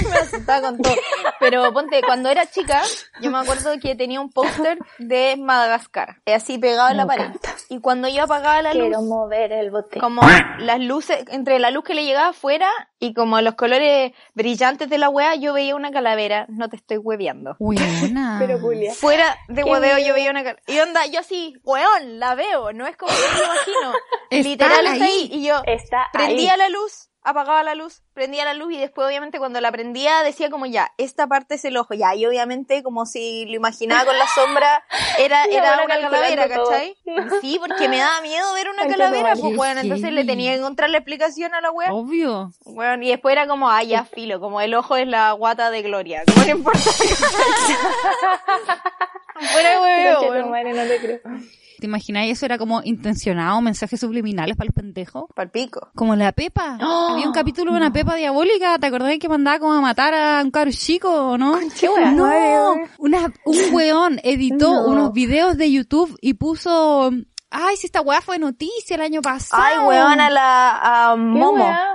Speaker 3: me asustaba con todo. Pero ponte, cuando era chica, yo me acuerdo que tenía un póster de Madagascar, eh, así pegado en la
Speaker 1: Me
Speaker 3: pared.
Speaker 1: encanta.
Speaker 3: Y cuando yo apagaba la luz,
Speaker 1: Quiero mover el bote.
Speaker 3: como las luces, entre la luz que le llegaba afuera y como los colores brillantes de la wea, yo veía una calavera. No te estoy hueveando.
Speaker 2: Weona.
Speaker 1: Pero Julia.
Speaker 3: Fuera de
Speaker 1: Qué
Speaker 3: hueveo
Speaker 1: miedo.
Speaker 3: yo veía una calavera. Y onda, yo así, weón, la veo, no es como yo me imagino.
Speaker 2: Está
Speaker 3: Literal está
Speaker 2: ahí.
Speaker 3: ahí. Y yo,
Speaker 1: Está
Speaker 3: prendía
Speaker 1: ahí.
Speaker 3: la luz, apagaba la luz, prendía la luz y después obviamente cuando la prendía decía como ya, esta parte es el ojo, ya, y obviamente como si lo imaginaba con la sombra, era,
Speaker 1: Y
Speaker 3: era
Speaker 1: ahora
Speaker 3: una calavera,
Speaker 1: calculando
Speaker 3: ¿cachai?
Speaker 1: todo.
Speaker 3: Sí, porque me daba miedo ver una
Speaker 1: Ay, qué
Speaker 3: calavera,
Speaker 1: guay.
Speaker 3: pues bueno,
Speaker 2: Qué
Speaker 3: entonces le
Speaker 2: heavy.
Speaker 3: tenía que encontrar la explicación a la wea.
Speaker 1: Oh.
Speaker 2: Obvio.
Speaker 3: Bueno, y después era como, ah, ya filo, como el ojo es la guata de gloria, como no importa. Fuera de hueveo,
Speaker 1: Concha tu
Speaker 3: bueno.
Speaker 1: madre, no te creo.
Speaker 2: ¿Te imagináis eso era como intencionado, mensajes subliminales para los pendejos?
Speaker 3: Palpico.
Speaker 2: Como la Pepa.
Speaker 1: ¡Oh!
Speaker 2: Había un capítulo de una Pepa diabólica. ¿Te acordás que mandaba como a matar a un cabro chico o no?
Speaker 1: weá.
Speaker 2: no, una, un weón editó
Speaker 1: No.
Speaker 2: unos videos de YouTube y puso. Ay, si esta weá fue noticia el año pasado.
Speaker 3: Ay, weón, a la a
Speaker 1: ¿Qué
Speaker 3: Momo.
Speaker 1: weá?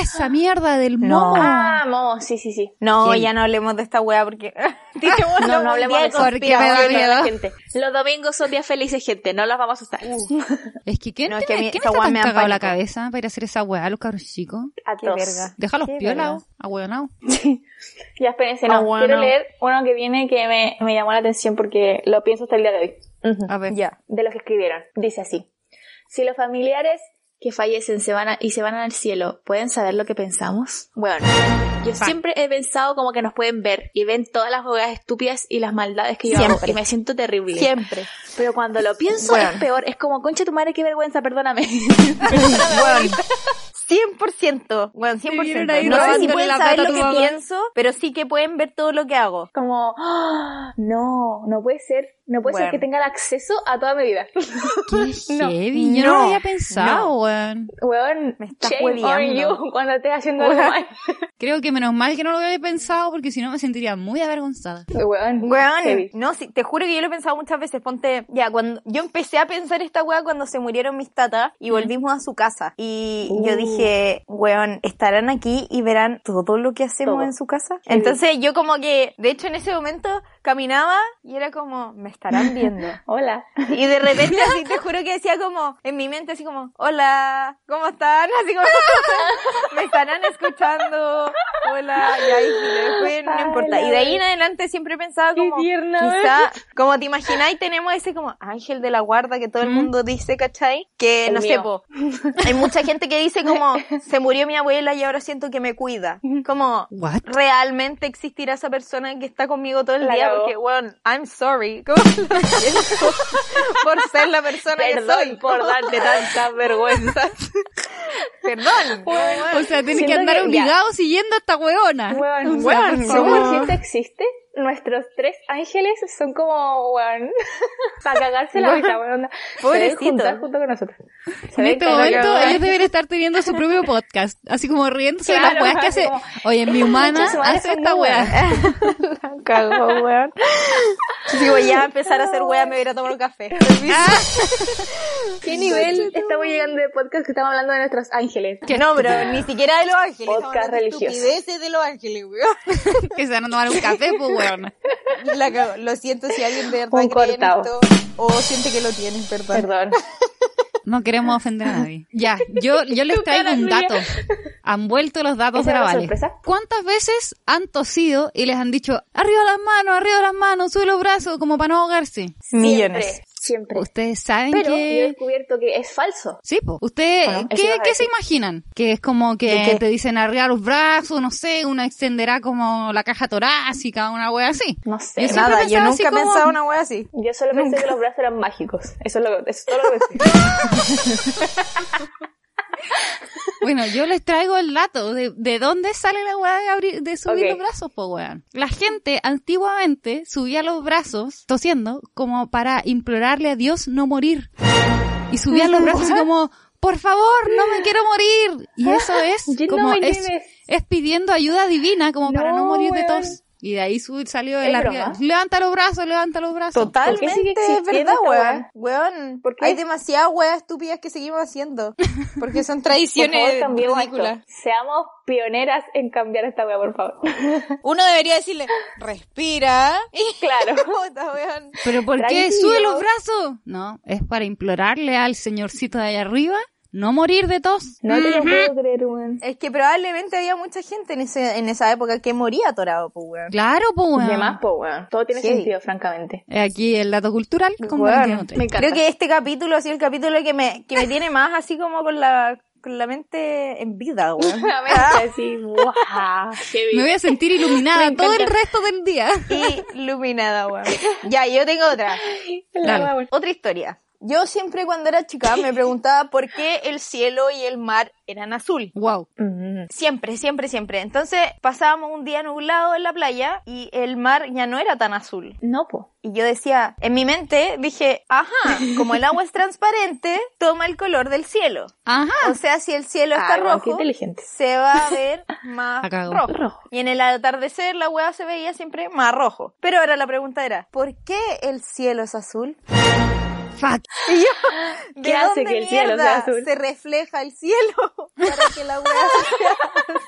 Speaker 2: Esa mierda del
Speaker 3: No.
Speaker 2: momo.
Speaker 1: Ah, Momo, sí, sí, sí.
Speaker 3: No,
Speaker 2: ¿Quién?
Speaker 3: ya no hablemos de esta wea porque. Dijimos,
Speaker 1: No, no hablemos de
Speaker 3: día
Speaker 1: eso.
Speaker 2: Porque me da
Speaker 3: conspiranoico.
Speaker 2: miedo.
Speaker 1: Gente, los domingos son días felices, gente. No las vamos a asustar.
Speaker 2: Es que ¿quién,
Speaker 3: No, es
Speaker 2: tiene-
Speaker 3: que a mí
Speaker 2: quién
Speaker 3: esa
Speaker 2: está
Speaker 3: weá
Speaker 2: tan
Speaker 3: me da
Speaker 2: cagado la
Speaker 3: pánico.
Speaker 2: cabeza para ir a hacer esa weá a los cabros chicos?
Speaker 3: Qué
Speaker 1: Atroz.
Speaker 3: verga.
Speaker 2: Déjalos
Speaker 3: Sí,
Speaker 2: piola, ahueonados.
Speaker 1: Ya, espérense, no.
Speaker 3: Ah, bueno.
Speaker 1: Quiero leer uno que viene que me, me llamó la atención porque lo pienso hasta el día de hoy.
Speaker 3: Ujú.
Speaker 2: A ver.
Speaker 3: Ya.
Speaker 1: de los que escribieron. Dice así. Si los familiares que fallecen se van a- y se van al cielo, ¿pueden saber lo que pensamos? Bueno, yo
Speaker 2: Fan.
Speaker 1: siempre he pensado como que nos pueden ver y ven todas las bogas estúpidas y las maldades que yo hago
Speaker 3: Siempre.
Speaker 1: y me siento terrible.
Speaker 3: Siempre.
Speaker 1: Pero cuando lo pienso
Speaker 3: Bueno.
Speaker 1: es peor, es como, concha tu madre, qué vergüenza, perdóname.
Speaker 3: Weón. 100%, weón,
Speaker 2: vieron
Speaker 3: 100%.
Speaker 2: ahí
Speaker 3: No sé si
Speaker 2: robándole
Speaker 3: pueden
Speaker 2: la
Speaker 3: saber
Speaker 2: plata a
Speaker 3: lo
Speaker 2: tu
Speaker 3: que
Speaker 2: mamá.
Speaker 3: pienso, pero sí que pueden ver todo lo que hago.
Speaker 1: como, "Ah, no, no puede ser, no puede ser
Speaker 3: Bueno.
Speaker 1: que tenga el acceso a toda mi vida.
Speaker 2: Qué
Speaker 3: No.
Speaker 2: heavy. Yo no,
Speaker 3: No.
Speaker 2: lo había pensado, weón.
Speaker 1: Weón,
Speaker 3: Me estás
Speaker 1: shame on
Speaker 3: hueviando.
Speaker 1: you cuando estés haciendo algo
Speaker 3: Weón.
Speaker 1: mal.
Speaker 2: Creo que menos mal que no lo había pensado porque si no me sentiría muy avergonzada.
Speaker 1: Weón,
Speaker 3: Weón,
Speaker 1: heavy.
Speaker 3: no, sí, te juro que yo lo he pensado muchas veces, ponte, ya, cuando, yo empecé a pensar esta weá cuando se murieron mis tatas y volvimos a su casa. Y
Speaker 1: Mm. Uh.
Speaker 3: yo dije, weón, estarán aquí y verán todo lo que hacemos
Speaker 1: Todo.
Speaker 3: en su casa.
Speaker 1: Sí.
Speaker 3: Entonces yo como que, de hecho en ese momento caminaba y era como, me estarán viendo.
Speaker 1: Hola.
Speaker 3: Y de repente así te juro que decía como, en mi mente así como, hola, ¿cómo están? Así como, me estarán escuchando, hola, y ahí y después no
Speaker 1: Ay,
Speaker 3: importa.
Speaker 1: la
Speaker 3: Y de ahí en
Speaker 1: verdad.
Speaker 3: adelante siempre pensaba
Speaker 1: Qué
Speaker 3: como,
Speaker 1: tierna, ¿eh?
Speaker 3: quizá, como te imagináis, tenemos ese como ángel de la guarda que todo el
Speaker 2: Mm.
Speaker 3: mundo dice, ¿cachai? Que
Speaker 1: El
Speaker 3: no sé,
Speaker 1: mío.
Speaker 3: po, hay mucha gente que dice como, se murió mi abuela y ahora siento que me cuida. Como,
Speaker 2: What?
Speaker 3: realmente existirá esa persona que está conmigo todo el
Speaker 1: La
Speaker 3: día
Speaker 1: cagó.
Speaker 3: porque bueno I'm sorry como lo siento por ser la persona
Speaker 1: Perdón
Speaker 3: que soy
Speaker 1: por darte tanta vergüenza.
Speaker 3: perdón
Speaker 2: O sea, tienen que
Speaker 1: Siento
Speaker 2: andar
Speaker 1: que-
Speaker 2: obligados siguiendo a esta weona.
Speaker 1: Weón,
Speaker 2: O sea,
Speaker 1: weón,
Speaker 2: por
Speaker 1: si
Speaker 2: favor.
Speaker 1: esta gente existe, nuestros tres ángeles son como, weón, para cagarse la vida, weón. onda. Se deben
Speaker 3: Pobrecito.
Speaker 1: juntar junto con nosotros. Se
Speaker 2: En
Speaker 1: deben
Speaker 2: este
Speaker 1: cagar,
Speaker 2: momento
Speaker 1: weón.
Speaker 2: ellos deben estar teniendo su propio podcast, así como riéndose de
Speaker 1: Claro,
Speaker 2: las weas que hace.
Speaker 1: como-
Speaker 2: Oye, mi humana
Speaker 1: Muchas madres
Speaker 2: hace
Speaker 1: son
Speaker 2: esta
Speaker 1: muy
Speaker 2: wea.
Speaker 3: cago weón Yo digo ya a empezar a hacer wea me voy a ir a tomar un café
Speaker 1: Ah, ¿Qué nivel estamos llegando de podcast que estamos hablando de nuestros ángeles?
Speaker 3: que no pero ni siquiera de los ángeles
Speaker 1: Podcast
Speaker 3: estamos hablando de
Speaker 1: religioso.
Speaker 3: estupideces de los ángeles weón
Speaker 2: Que se van a tomar un café, pues weona.
Speaker 3: la cago. lo siento si alguien de
Speaker 1: Un
Speaker 3: verdad cree en
Speaker 1: cortado.
Speaker 3: esto o siente que lo tiene perdón
Speaker 1: Perdón.
Speaker 2: No queremos ofender a nadie. Ya, yo, yo les
Speaker 1: Tu cara,
Speaker 2: traigo un
Speaker 1: Julia.
Speaker 2: dato. Han vuelto los datos
Speaker 1: ¿Esa era la
Speaker 2: gravales.
Speaker 1: sorpresa?
Speaker 2: ¿Cuántas veces han tosido y les han dicho, arriba las manos, arriba las manos, sube los brazos, como para no ahogarse?
Speaker 3: millones
Speaker 1: Siempre. siempre.
Speaker 2: Ustedes saben
Speaker 1: Pero yo he
Speaker 2: que...
Speaker 1: descubierto que es falso.
Speaker 2: Sí, pues. ¿Ustedes
Speaker 1: Bueno, eso
Speaker 2: qué,
Speaker 1: iba a
Speaker 2: qué se
Speaker 1: decir.
Speaker 2: imaginan? Que es como
Speaker 3: ¿De
Speaker 2: que
Speaker 3: qué?
Speaker 2: te dicen arriba los brazos, no sé, una extenderá como la caja torácica, una wea así.
Speaker 1: No sé.
Speaker 2: Yo siempre
Speaker 3: nada yo
Speaker 2: pensaba así
Speaker 3: nunca he
Speaker 2: como-
Speaker 3: pensado una wea así
Speaker 1: Yo solo pensé que los brazos eran mágicos. Eso es, lo, eso es todo lo que pensé.
Speaker 2: Bueno, yo les traigo el dato de, de dónde sale la weá de, abrir, de subir
Speaker 1: Ok.
Speaker 2: los brazos, po weón. La gente antiguamente subía los brazos tosiendo como para implorarle a Dios no morir. Y subían los brazos así como, por favor, no me quiero morir. Y eso es
Speaker 1: You
Speaker 2: como,
Speaker 1: know my
Speaker 2: es,
Speaker 1: name is-
Speaker 2: es pidiendo ayuda divina como para no
Speaker 1: No,
Speaker 2: morir de
Speaker 1: weón.
Speaker 2: tos. Y de ahí su- salió
Speaker 1: ¿Es
Speaker 2: de la
Speaker 1: broma?
Speaker 2: ría- Levanta los brazos, levanta los brazos.
Speaker 1: ¿Por qué sigue
Speaker 3: Totalmente, es
Speaker 1: existiendo
Speaker 3: verdad,
Speaker 1: esta
Speaker 3: weón. Weón,
Speaker 1: ¿Por qué?
Speaker 3: hay demasiadas weas estúpidas que seguimos haciendo. Porque
Speaker 1: Por favor,
Speaker 3: son tradiciones
Speaker 1: cambiemos
Speaker 3: ridículas.
Speaker 1: esto. Seamos pioneras en cambiar esta wea, por favor.
Speaker 3: Uno debería decirle, respira. Y
Speaker 1: Claro.
Speaker 3: puta, weón.
Speaker 2: Pero ¿por qué
Speaker 1: Tranquilo.
Speaker 2: sube los brazos? No, es para implorarle al señorcito de allá arriba no morir de tos.
Speaker 1: No te lo puedo creer, weón.
Speaker 3: Es que probablemente había mucha gente en, ese, en esa época que moría atorado, pues, weón.
Speaker 2: Claro, pues
Speaker 1: De
Speaker 2: weón.
Speaker 1: más, po, weón. Todo tiene
Speaker 3: Sí.
Speaker 1: sentido, francamente.
Speaker 2: Eh, Aquí el dato cultural con
Speaker 3: Weón,
Speaker 2: Valentina Cotrell.
Speaker 1: Me encanta.
Speaker 3: Creo que este capítulo ha sido el capítulo que me, que me tiene más así como con la, con la mente en vida, weón.
Speaker 1: La mente así, Ah. ¡guau! ¡Qué
Speaker 2: Me voy a sentir iluminada
Speaker 1: Me
Speaker 2: todo el
Speaker 1: encanta.
Speaker 2: resto del día.
Speaker 3: Iluminada, weón. Ya, yo tengo otra.
Speaker 1: bien!
Speaker 2: Dale.
Speaker 1: La wea,
Speaker 3: Otra historia. Yo siempre cuando era chica me preguntaba por qué el cielo y el mar eran azul.
Speaker 2: Wow.
Speaker 1: weón.
Speaker 3: Siempre, siempre, siempre. Entonces pasábamos un día nublado en la playa y el mar ya no era tan azul.
Speaker 1: No, po.
Speaker 3: Y yo decía, en mi mente dije, ajá, como el agua es transparente, toma el color del cielo.
Speaker 2: Ajá.
Speaker 3: O sea, si el cielo está
Speaker 1: Ah, weón, qué
Speaker 3: rojo,
Speaker 1: inteligente.
Speaker 3: se va a ver más
Speaker 2: La cagó.
Speaker 3: rojo.
Speaker 1: Rojo.
Speaker 3: Y en el atardecer la hueá se veía siempre más rojo. Pero ahora la pregunta era, ¿por qué el cielo es azul?
Speaker 2: Fuck.
Speaker 3: ¿De
Speaker 1: ¿Qué hace
Speaker 3: dónde
Speaker 1: que el cielo
Speaker 3: mierda
Speaker 1: sea azul?
Speaker 3: Se refleja el cielo para que la hueá sea azul.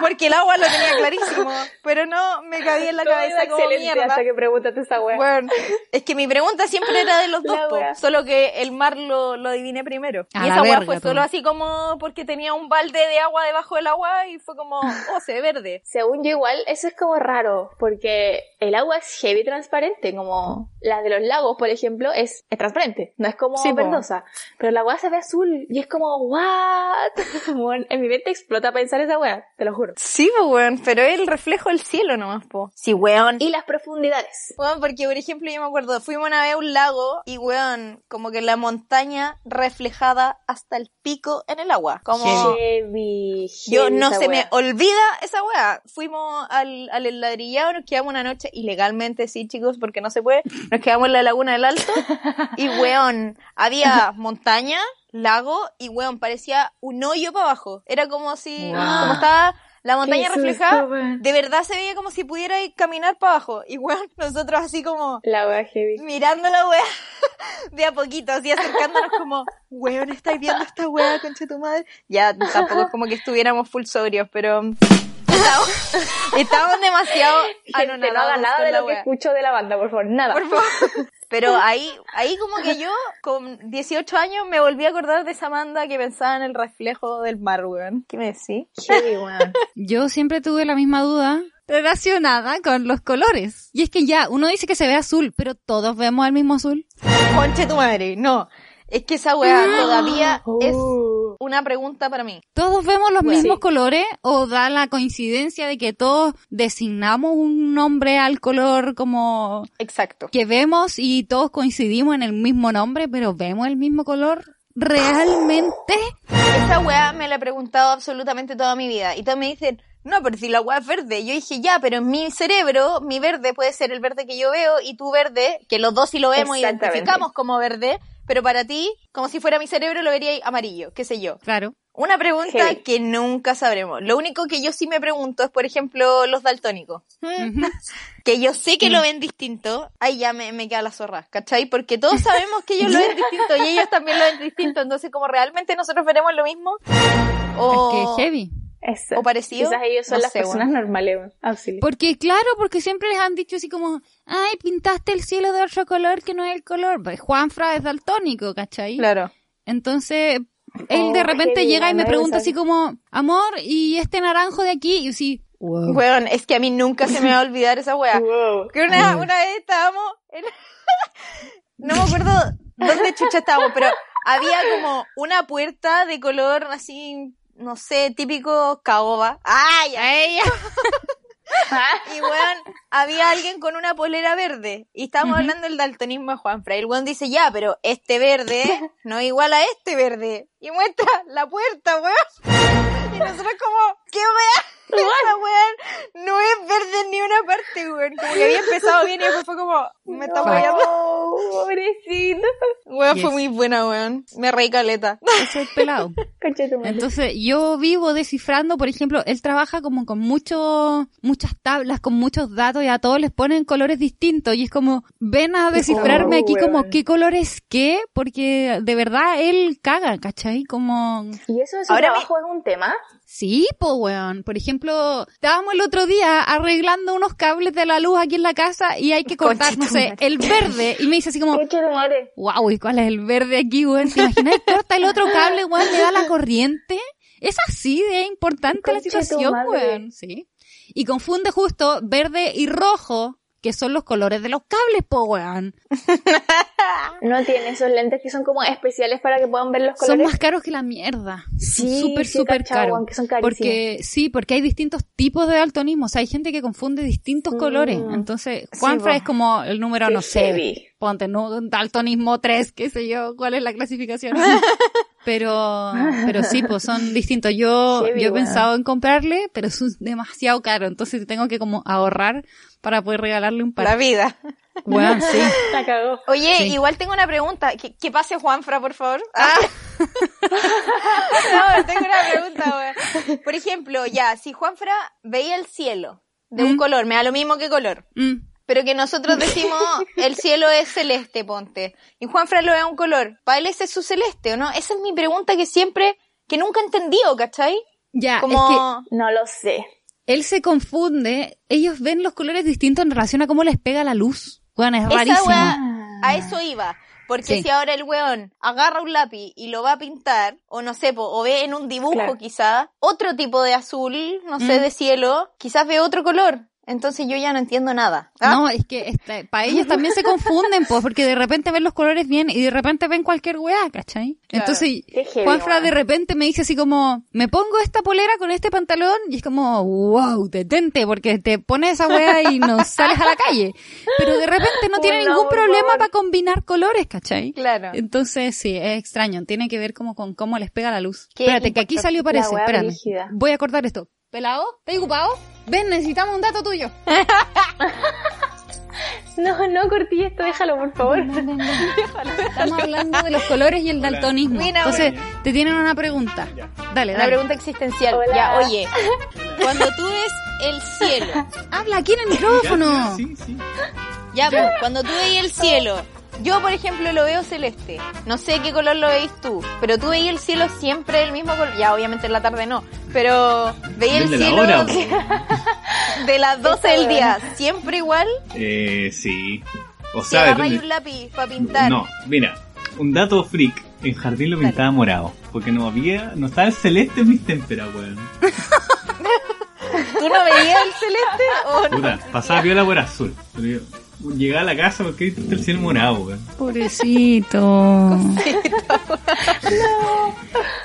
Speaker 3: Porque el agua lo tenía clarísimo, pero no me cabía en la
Speaker 1: Todo
Speaker 3: cabeza
Speaker 1: iba
Speaker 3: como
Speaker 1: excelente
Speaker 3: mierda.
Speaker 1: hasta que preguntaste esa wea.
Speaker 3: Bueno, es que mi pregunta siempre era de los dos,
Speaker 1: La
Speaker 3: po,
Speaker 1: wea.
Speaker 3: solo que el mar lo, lo adiviné primero.
Speaker 2: A
Speaker 3: y
Speaker 2: la
Speaker 3: esa hueá
Speaker 2: verga,
Speaker 3: fue
Speaker 2: todo.
Speaker 3: solo así como porque tenía un balde de agua debajo del agua y fue como, oh, se ve verde.
Speaker 1: Según yo igual, eso es como raro, porque el agua es heavy transparente, como la de los lagos, por ejemplo, es, es transparente, no es como
Speaker 3: Sí, po.
Speaker 1: verdosa, pero la agua se ve azul y es como, what? Bueno, en mi mente explota pensar esa agua, te lo juro.
Speaker 3: Sí, po, weón, pero es el reflejo del cielo nomás, po. Sí, weón.
Speaker 1: Y las profundidades.
Speaker 3: Weón, porque por ejemplo yo me acuerdo, fuimos una vez a un lago y weón, como que la montaña reflejada hasta el pico en el agua. Como
Speaker 2: Heavy.
Speaker 1: Heavy,
Speaker 3: Eh. yo
Speaker 1: heavy
Speaker 3: no
Speaker 1: esa wea.
Speaker 3: se me olvida esa weá. Fuimos al, al ladrillado, nos quedamos una noche ilegalmente, sí chicos, porque no se puede. Nos quedamos en la laguna del alto y weón, había montaña, lago y weón, parecía un hoyo para abajo. Era como si,
Speaker 2: Wow.
Speaker 3: como estaba la montaña
Speaker 1: Qué susto,
Speaker 3: reflejada,
Speaker 1: weón.
Speaker 3: de verdad se veía como si pudiera ir caminar para abajo. Y weón, nosotros así como
Speaker 1: La wea heavy.
Speaker 3: mirando la wea de a poquito, así acercándonos como, weón, estáis viendo esta wea, concha tu madre. Ya, tampoco es como que estuviéramos full sobrios, pero estábamos, estábamos demasiado
Speaker 1: Gente, no haga
Speaker 3: anonadados
Speaker 1: nada
Speaker 3: con
Speaker 1: de
Speaker 3: la
Speaker 1: lo que
Speaker 3: wea.
Speaker 1: escucho de la banda, por favor, nada.
Speaker 3: Por favor. Pero ahí, ahí como que yo, con 18 años, me volví a acordar de esa Amanda que pensaba en el reflejo del mar, weón. ¿Qué me decís?
Speaker 1: Heavy, weón.
Speaker 2: Yo siempre tuve la misma duda relacionada con los colores. Y es que ya, uno dice que se ve azul, pero todos vemos el mismo azul.
Speaker 3: Concha tu madre, no. Es que esa wea todavía es
Speaker 1: Uh.
Speaker 3: una pregunta para mí.
Speaker 2: Todos vemos los
Speaker 3: Bueno,
Speaker 2: mismos
Speaker 3: sí.
Speaker 2: colores o da la coincidencia de que todos designamos un nombre al color como
Speaker 3: Exacto.
Speaker 2: que vemos y todos coincidimos en el mismo nombre, pero vemos el mismo color realmente.
Speaker 3: Esa weá me la he preguntado absolutamente toda mi vida. Y todos me dicen, no, pero si la weá es verde. Yo dije, ya, pero en mi cerebro, mi verde puede ser el verde que yo veo y tu verde, que los dos sí lo vemos y
Speaker 1: Exactamente.
Speaker 3: identificamos como verde, pero para ti, como si fuera mi cerebro, lo vería amarillo, qué sé yo.
Speaker 2: Claro.
Speaker 3: Una pregunta
Speaker 1: Heavy.
Speaker 3: que nunca sabremos. Lo único que yo sí me pregunto es, por ejemplo, los daltónicos. que yo sé que lo ven distinto, ahí ya me, me queda la zorra, ¿cachai? Porque todos sabemos que ellos lo ven distinto y ellos también lo ven distinto, entonces como realmente nosotros veremos lo mismo
Speaker 2: Es
Speaker 3: o,
Speaker 2: que es heavy.
Speaker 1: Eso.
Speaker 3: o parecido,
Speaker 1: Quizás ellos son
Speaker 3: no
Speaker 1: las
Speaker 3: sé,
Speaker 1: personas
Speaker 3: weón.
Speaker 1: normales, weón. Auxilio.
Speaker 2: Porque claro, porque siempre les han dicho así como, ay, pintaste el cielo de otro color que no es el color. Pues Juanfra es daltónico, ¿cachai?
Speaker 3: Claro.
Speaker 2: Entonces, él de
Speaker 1: Oh,
Speaker 2: repente
Speaker 1: heavy,
Speaker 2: llega y me
Speaker 1: no,
Speaker 2: pregunta
Speaker 1: esa-
Speaker 2: así como, amor, ¿y este naranjo de aquí? Y yo sí, wow.
Speaker 3: Weón, es que a mí nunca se me va a olvidar esa weá.
Speaker 1: Wow.
Speaker 3: Que una, una vez estábamos en- No me acuerdo dónde chucha estábamos, pero había como una puerta de color así, no sé, típico caoba. ¡Ay, ay! Y weón, había alguien con una polera verde. Y estábamos
Speaker 2: Ujú.
Speaker 3: hablando del daltonismo de Juan Fray. El weón dice, ya, pero este verde no es igual a este verde. Y muestra la puerta, weón. Y nosotros como, ¿qué weón? Esa weón no es verde en ni una parte, weón. Como que había empezado bien y después fue como, me está
Speaker 1: No.
Speaker 3: apoyando.
Speaker 1: Pobrecito.
Speaker 3: Weón,
Speaker 2: Yes.
Speaker 3: fue muy buena, weón. Me reí caleta.
Speaker 2: Ese es el pelado.
Speaker 1: Concha tu madre.
Speaker 2: Entonces, yo vivo descifrando, por ejemplo, él trabaja como con muchos muchas tablas, con muchos datos y a todos les ponen colores distintos y es como, ven a descifrarme
Speaker 1: Oh,
Speaker 2: aquí como
Speaker 1: weón.
Speaker 2: qué color es qué, porque de verdad él caga, ¿cachai? Como,
Speaker 1: ¿Y eso de su
Speaker 3: Ahora
Speaker 1: trabajo es un tema?
Speaker 2: sí, po, weón. Por ejemplo, estábamos el otro día arreglando unos cables de la luz aquí en la casa y hay que cortar,
Speaker 3: Concha
Speaker 2: no
Speaker 3: tu
Speaker 2: sé,
Speaker 3: madre.
Speaker 2: el verde y me dice así como,
Speaker 1: Concha tu madre.
Speaker 2: Wow, ¿y cuál es el verde aquí, weón? ¿Te imaginas? Corta el otro cable, weón, le da la corriente. Es así de importante la
Speaker 1: Conche tu
Speaker 2: situación,
Speaker 1: madre.
Speaker 2: weón. Sí. Y confunde justo verde y rojo, que son los colores de los cables, po, weón.
Speaker 1: No tiene esos lentes que son como especiales para que puedan ver los
Speaker 2: Son
Speaker 1: colores.
Speaker 2: más caros que la mierda.
Speaker 1: Sí,
Speaker 2: súper,
Speaker 1: sí,
Speaker 2: súper
Speaker 1: cachao,
Speaker 2: caro.
Speaker 1: weón, que son carísimos.
Speaker 2: porque, sí, porque hay distintos tipos de daltonismo. O sea, hay gente que confunde distintos
Speaker 1: Mm.
Speaker 2: colores. Entonces,
Speaker 3: Sí,
Speaker 2: Juanfra
Speaker 3: po.
Speaker 2: es como el número,
Speaker 1: Qué
Speaker 2: no sé,
Speaker 1: heavy.
Speaker 2: ponte, no, daltonismo 3, qué sé yo, cuál es la clasificación. pero, pero sí, pues son distintos. Yo,
Speaker 1: Heavy,
Speaker 2: yo he
Speaker 1: weón.
Speaker 2: pensado en comprarle, pero es demasiado caro. Entonces tengo que como ahorrar para poder regalarle un
Speaker 3: La
Speaker 2: par.
Speaker 3: vida.
Speaker 2: Weón, sí.
Speaker 1: La cagó.
Speaker 3: Oye,
Speaker 2: Sí.
Speaker 3: igual tengo una pregunta. Que, que pase Juanfra, por favor. Ah. no, tengo una pregunta, weón. Por ejemplo, ya, si Juanfra veía el cielo de un
Speaker 2: Mm.
Speaker 3: color, me da lo mismo que color.
Speaker 2: Mm.
Speaker 3: Pero que nosotros decimos, el cielo es celeste, ponte. Y Juanfra lo ve a un color. Para él ese es su celeste, ¿o no? Esa es mi pregunta que siempre, que nunca he entendido, ¿cachai?
Speaker 2: Ya, Ah, es que
Speaker 3: Como...
Speaker 1: No lo sé.
Speaker 2: él se confunde, ellos ven los colores distintos en relación a cómo les pega la luz. Weón, es
Speaker 3: Esa
Speaker 2: rarísimo.
Speaker 3: weá, a eso iba. Porque
Speaker 2: Sí.
Speaker 3: si ahora el weón agarra un lápiz y lo va a pintar, o no sé, po, o ve en un dibujo
Speaker 1: Claro.
Speaker 3: quizá, otro tipo de azul, no sé,
Speaker 2: Mm.
Speaker 3: de cielo, quizás ve otro color. Entonces yo ya no entiendo nada. ¿ah?
Speaker 2: No, es que para ellos también se confunden, pues, porque de repente ven los colores bien y de repente ven cualquier weá, ¿cachai? Entonces,
Speaker 1: Qué heavy,
Speaker 2: Juanfra
Speaker 1: weón.
Speaker 2: de repente me dice así como, me pongo esta polera con este pantalón y es como, wow, detente, porque te pones esa weá y no sales a la calle. Pero de repente no tiene
Speaker 1: Hola,
Speaker 2: ningún
Speaker 1: Oh, por
Speaker 2: problema
Speaker 1: favor.
Speaker 2: para combinar colores, ¿cachai?
Speaker 3: Claro.
Speaker 2: Entonces, sí, es extraño. Tiene que ver como con cómo les pega la luz.
Speaker 3: Qué
Speaker 2: Espérate, que aquí salió parece.
Speaker 1: weá
Speaker 2: Espérame.
Speaker 1: brígida.
Speaker 2: Voy a cortar esto. ¿Pelado? ¿Estás ocupado? Ven, necesitamos un dato tuyo.
Speaker 1: No, no, Corti, esto déjalo, por favor.
Speaker 2: Estamos hablando de los colores y el daltonismo.
Speaker 3: Mira,
Speaker 2: Entonces, te tienen una pregunta. Dale,
Speaker 3: Una
Speaker 2: dale.
Speaker 3: pregunta existencial.
Speaker 1: Hola.
Speaker 3: Ya, oye, cuando tú ves el cielo,
Speaker 2: Habla aquí en el micrófono.
Speaker 4: Sí, sí.
Speaker 3: ya, po, cuando tú veis el cielo, yo por ejemplo lo veo celeste, no sé qué color lo veis tú, pero tú veis el cielo siempre el mismo color, ya obviamente en la tarde no, pero veis el
Speaker 4: Depende de la
Speaker 3: cielo
Speaker 4: hora,
Speaker 3: de las 12 del día, siempre igual,
Speaker 4: Eh, sí. O
Speaker 3: si
Speaker 4: sea,
Speaker 3: agarráis
Speaker 4: depende.
Speaker 3: un lápiz para pintar.
Speaker 4: No, mira, un dato freak. En jardín lo pintaba morado. Porque no había. No estaba el celeste en mis témperas, weón.
Speaker 3: ¿Tú no veías el celeste Oh, o no?
Speaker 4: Puta, pasaba viola por azul. Pero yo llegaba a la casa porque viste el cielo morado, weón.
Speaker 2: Pobrecito.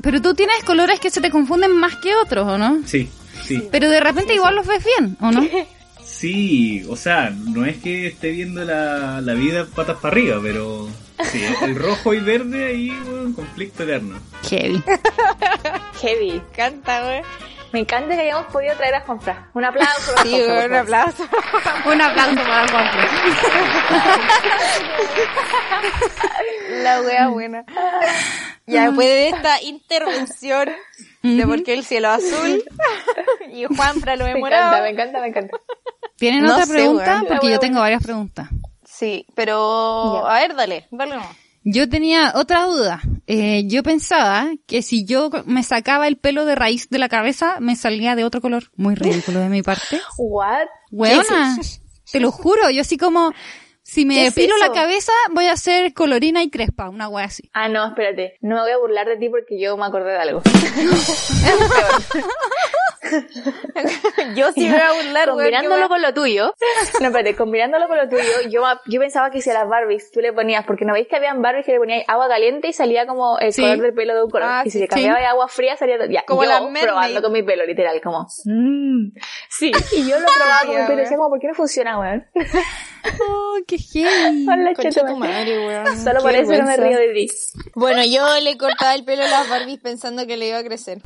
Speaker 2: Pero tú tienes colores que se te confunden más que otros, ¿o no?
Speaker 4: Sí, sí.
Speaker 2: Pero de repente igual los ves bien, ¿o no?
Speaker 4: Sí, o sea, no es que esté viendo la, la vida patas para arriba, pero. Sí, el rojo y verde ahí, weón, conflicto eterno.
Speaker 2: Heavy.
Speaker 1: Heavy.
Speaker 3: Me encanta, güey.
Speaker 1: Me encanta que hayamos podido traer a Juanfra. Un aplauso.
Speaker 3: Sí, güey, un aplauso.
Speaker 2: Un aplauso para Juan.
Speaker 3: La wea buena. Ya después de esta intervención de por qué el cielo azul y Juanfra lo
Speaker 1: Me encanta,
Speaker 3: he
Speaker 1: me
Speaker 3: morado.
Speaker 1: encanta, me encanta.
Speaker 2: ¿Tienen
Speaker 3: No
Speaker 2: otra
Speaker 3: sé,
Speaker 2: pregunta?
Speaker 3: weón.
Speaker 2: Porque
Speaker 1: La
Speaker 2: yo
Speaker 1: wea
Speaker 2: tengo varias preguntas.
Speaker 3: Sí, pero a ver, dale, dale nomás.
Speaker 2: Yo tenía otra duda. Eh, yo pensaba que si yo me sacaba el pelo de raíz de la cabeza, me salía de otro color. Muy ridículo de mi parte.
Speaker 1: What?
Speaker 2: Weona, te lo juro. Yo así como, si me
Speaker 1: ¿Qué es
Speaker 2: depilo la
Speaker 1: eso?
Speaker 2: cabeza, voy a ser colorina y crespa, una wea así.
Speaker 1: Ah, no, espérate. No me voy a burlar de ti porque yo me acordé de algo.
Speaker 3: Yo sí me voy a burlar, weón,
Speaker 1: combinándolo
Speaker 3: qué
Speaker 1: con lo tuyo. No, espérate, combinándolo con lo tuyo, yo, ma- yo pensaba que si a las Barbies tú le ponías, porque no veis que habían Barbies que le ponían agua caliente y salía como el
Speaker 2: Sí.
Speaker 1: color del pelo de un color.
Speaker 3: Ah,
Speaker 1: y si
Speaker 3: sí,
Speaker 1: le cambiaba
Speaker 2: sí.
Speaker 1: de agua fría salía todo. Ya,
Speaker 3: Como
Speaker 1: yo
Speaker 3: las mermaids.
Speaker 1: probando con mi pelo, literal, como. "Mm". Sí, y yo lo probaba con mi
Speaker 3: Ya,
Speaker 1: pelo y
Speaker 3: weón.
Speaker 1: decía como, ¿por qué no funciona, weón?
Speaker 2: Oh, qué heavy.
Speaker 1: Hola,
Speaker 3: Concha
Speaker 1: cheto,
Speaker 3: tu madre, weón,
Speaker 1: Solo
Speaker 3: qué
Speaker 1: por eso no me
Speaker 3: vergüenza.
Speaker 1: río de ti.
Speaker 3: Bueno, yo le cortaba el pelo a las Barbies pensando que le iba a crecer.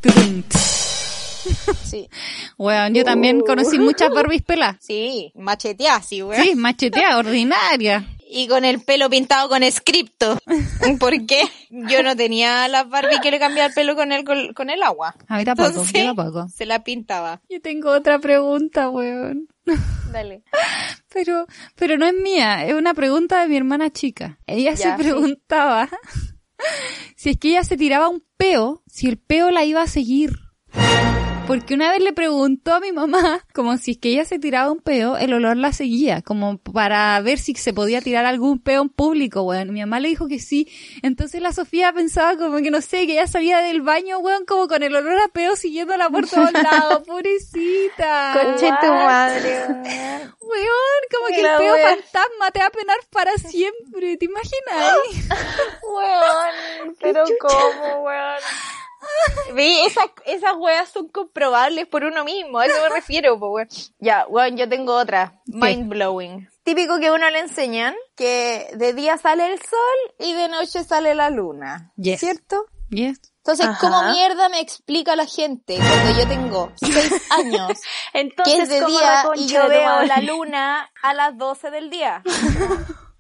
Speaker 3: Sí,
Speaker 2: Weón, yo también conocí muchas Barbies pelas.
Speaker 3: sí, macheteada, sí, weón.
Speaker 2: Sí, machetea, ordinaria.
Speaker 3: y con el pelo pintado con escripto. ¿Por qué? Yo no tenía las Barbie que le cambiaba el pelo con el, col- con el agua.
Speaker 2: A mí tampoco,
Speaker 3: Entonces-
Speaker 2: yo tampoco.
Speaker 3: Se la pintaba.
Speaker 2: Yo tengo otra pregunta, weón.
Speaker 3: Dale.
Speaker 2: Pero, pero no es mía, es una pregunta de mi hermana chica. Ella
Speaker 3: Ya,
Speaker 2: se
Speaker 3: sí.
Speaker 2: preguntaba si es que ella se tiraba un peo, si el peo la iba a seguir. Porque una vez le preguntó a mi mamá como si es que ella se tiraba un peo, el olor la seguía, como para ver si se podía tirar algún peo en público, weón. Mi mamá le dijo que sí. Entonces la Sofía pensaba como que no sé, que ella salía del baño, weón, como con el olor a peo siguiéndola por todos lados, pobrecita.
Speaker 3: Conche tu madre.
Speaker 2: Weón, como que
Speaker 3: La
Speaker 2: el peo
Speaker 3: wea.
Speaker 2: fantasma te va a penar para siempre, ¿te imaginas?
Speaker 3: Weón, pero cómo, weón. Vi, esas, esas weas son comprobables por uno mismo, a eso me refiero, po, weón. Ya, weón, yo tengo otra. Mind blowing. Típico que a uno le enseñan que de día sale el sol y de noche sale la luna.
Speaker 2: Yes.
Speaker 3: ¿Cierto?
Speaker 2: Yes.
Speaker 3: Entonces,
Speaker 1: Ajá.
Speaker 3: ¿cómo mierda me explica la gente cuando yo tengo seis años que es
Speaker 1: Entonces,
Speaker 3: de
Speaker 1: como
Speaker 3: día
Speaker 1: la
Speaker 3: y
Speaker 1: concha
Speaker 3: yo
Speaker 1: de tu
Speaker 3: veo
Speaker 1: madre?
Speaker 3: la luna a las 12 del día?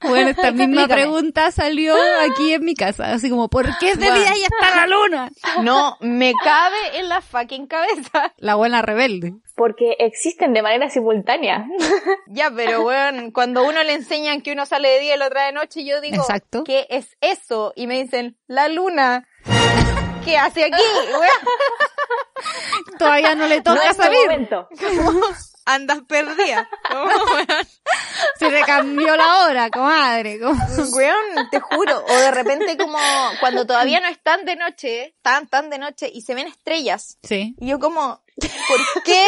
Speaker 2: Bueno, esta misma
Speaker 3: Explícame.
Speaker 2: pregunta salió aquí en mi casa, así como, ¿por qué es de
Speaker 3: Weón.
Speaker 2: día y está la luna?
Speaker 3: No me cabe en la fucking cabeza.
Speaker 2: La abuela rebelde.
Speaker 1: Porque existen de manera simultánea.
Speaker 3: Ya, pero bueno, cuando uno le enseñan que uno sale de día y la otra de noche, yo digo,
Speaker 2: Exacto.
Speaker 3: ¿qué es eso? Y me dicen, la luna. ¿Qué hace aquí? weón?
Speaker 2: Todavía no le toca
Speaker 1: no es tu
Speaker 2: salir.
Speaker 1: momento.
Speaker 3: Andas perdida. ¿Cómo, weón?
Speaker 2: Se le cambió la hora, comadre. como-
Speaker 3: Weón, te juro. O de repente como cuando todavía no están de noche, tan, tan de noche, y se ven estrellas.
Speaker 2: Sí.
Speaker 3: Y yo como, ¿por qué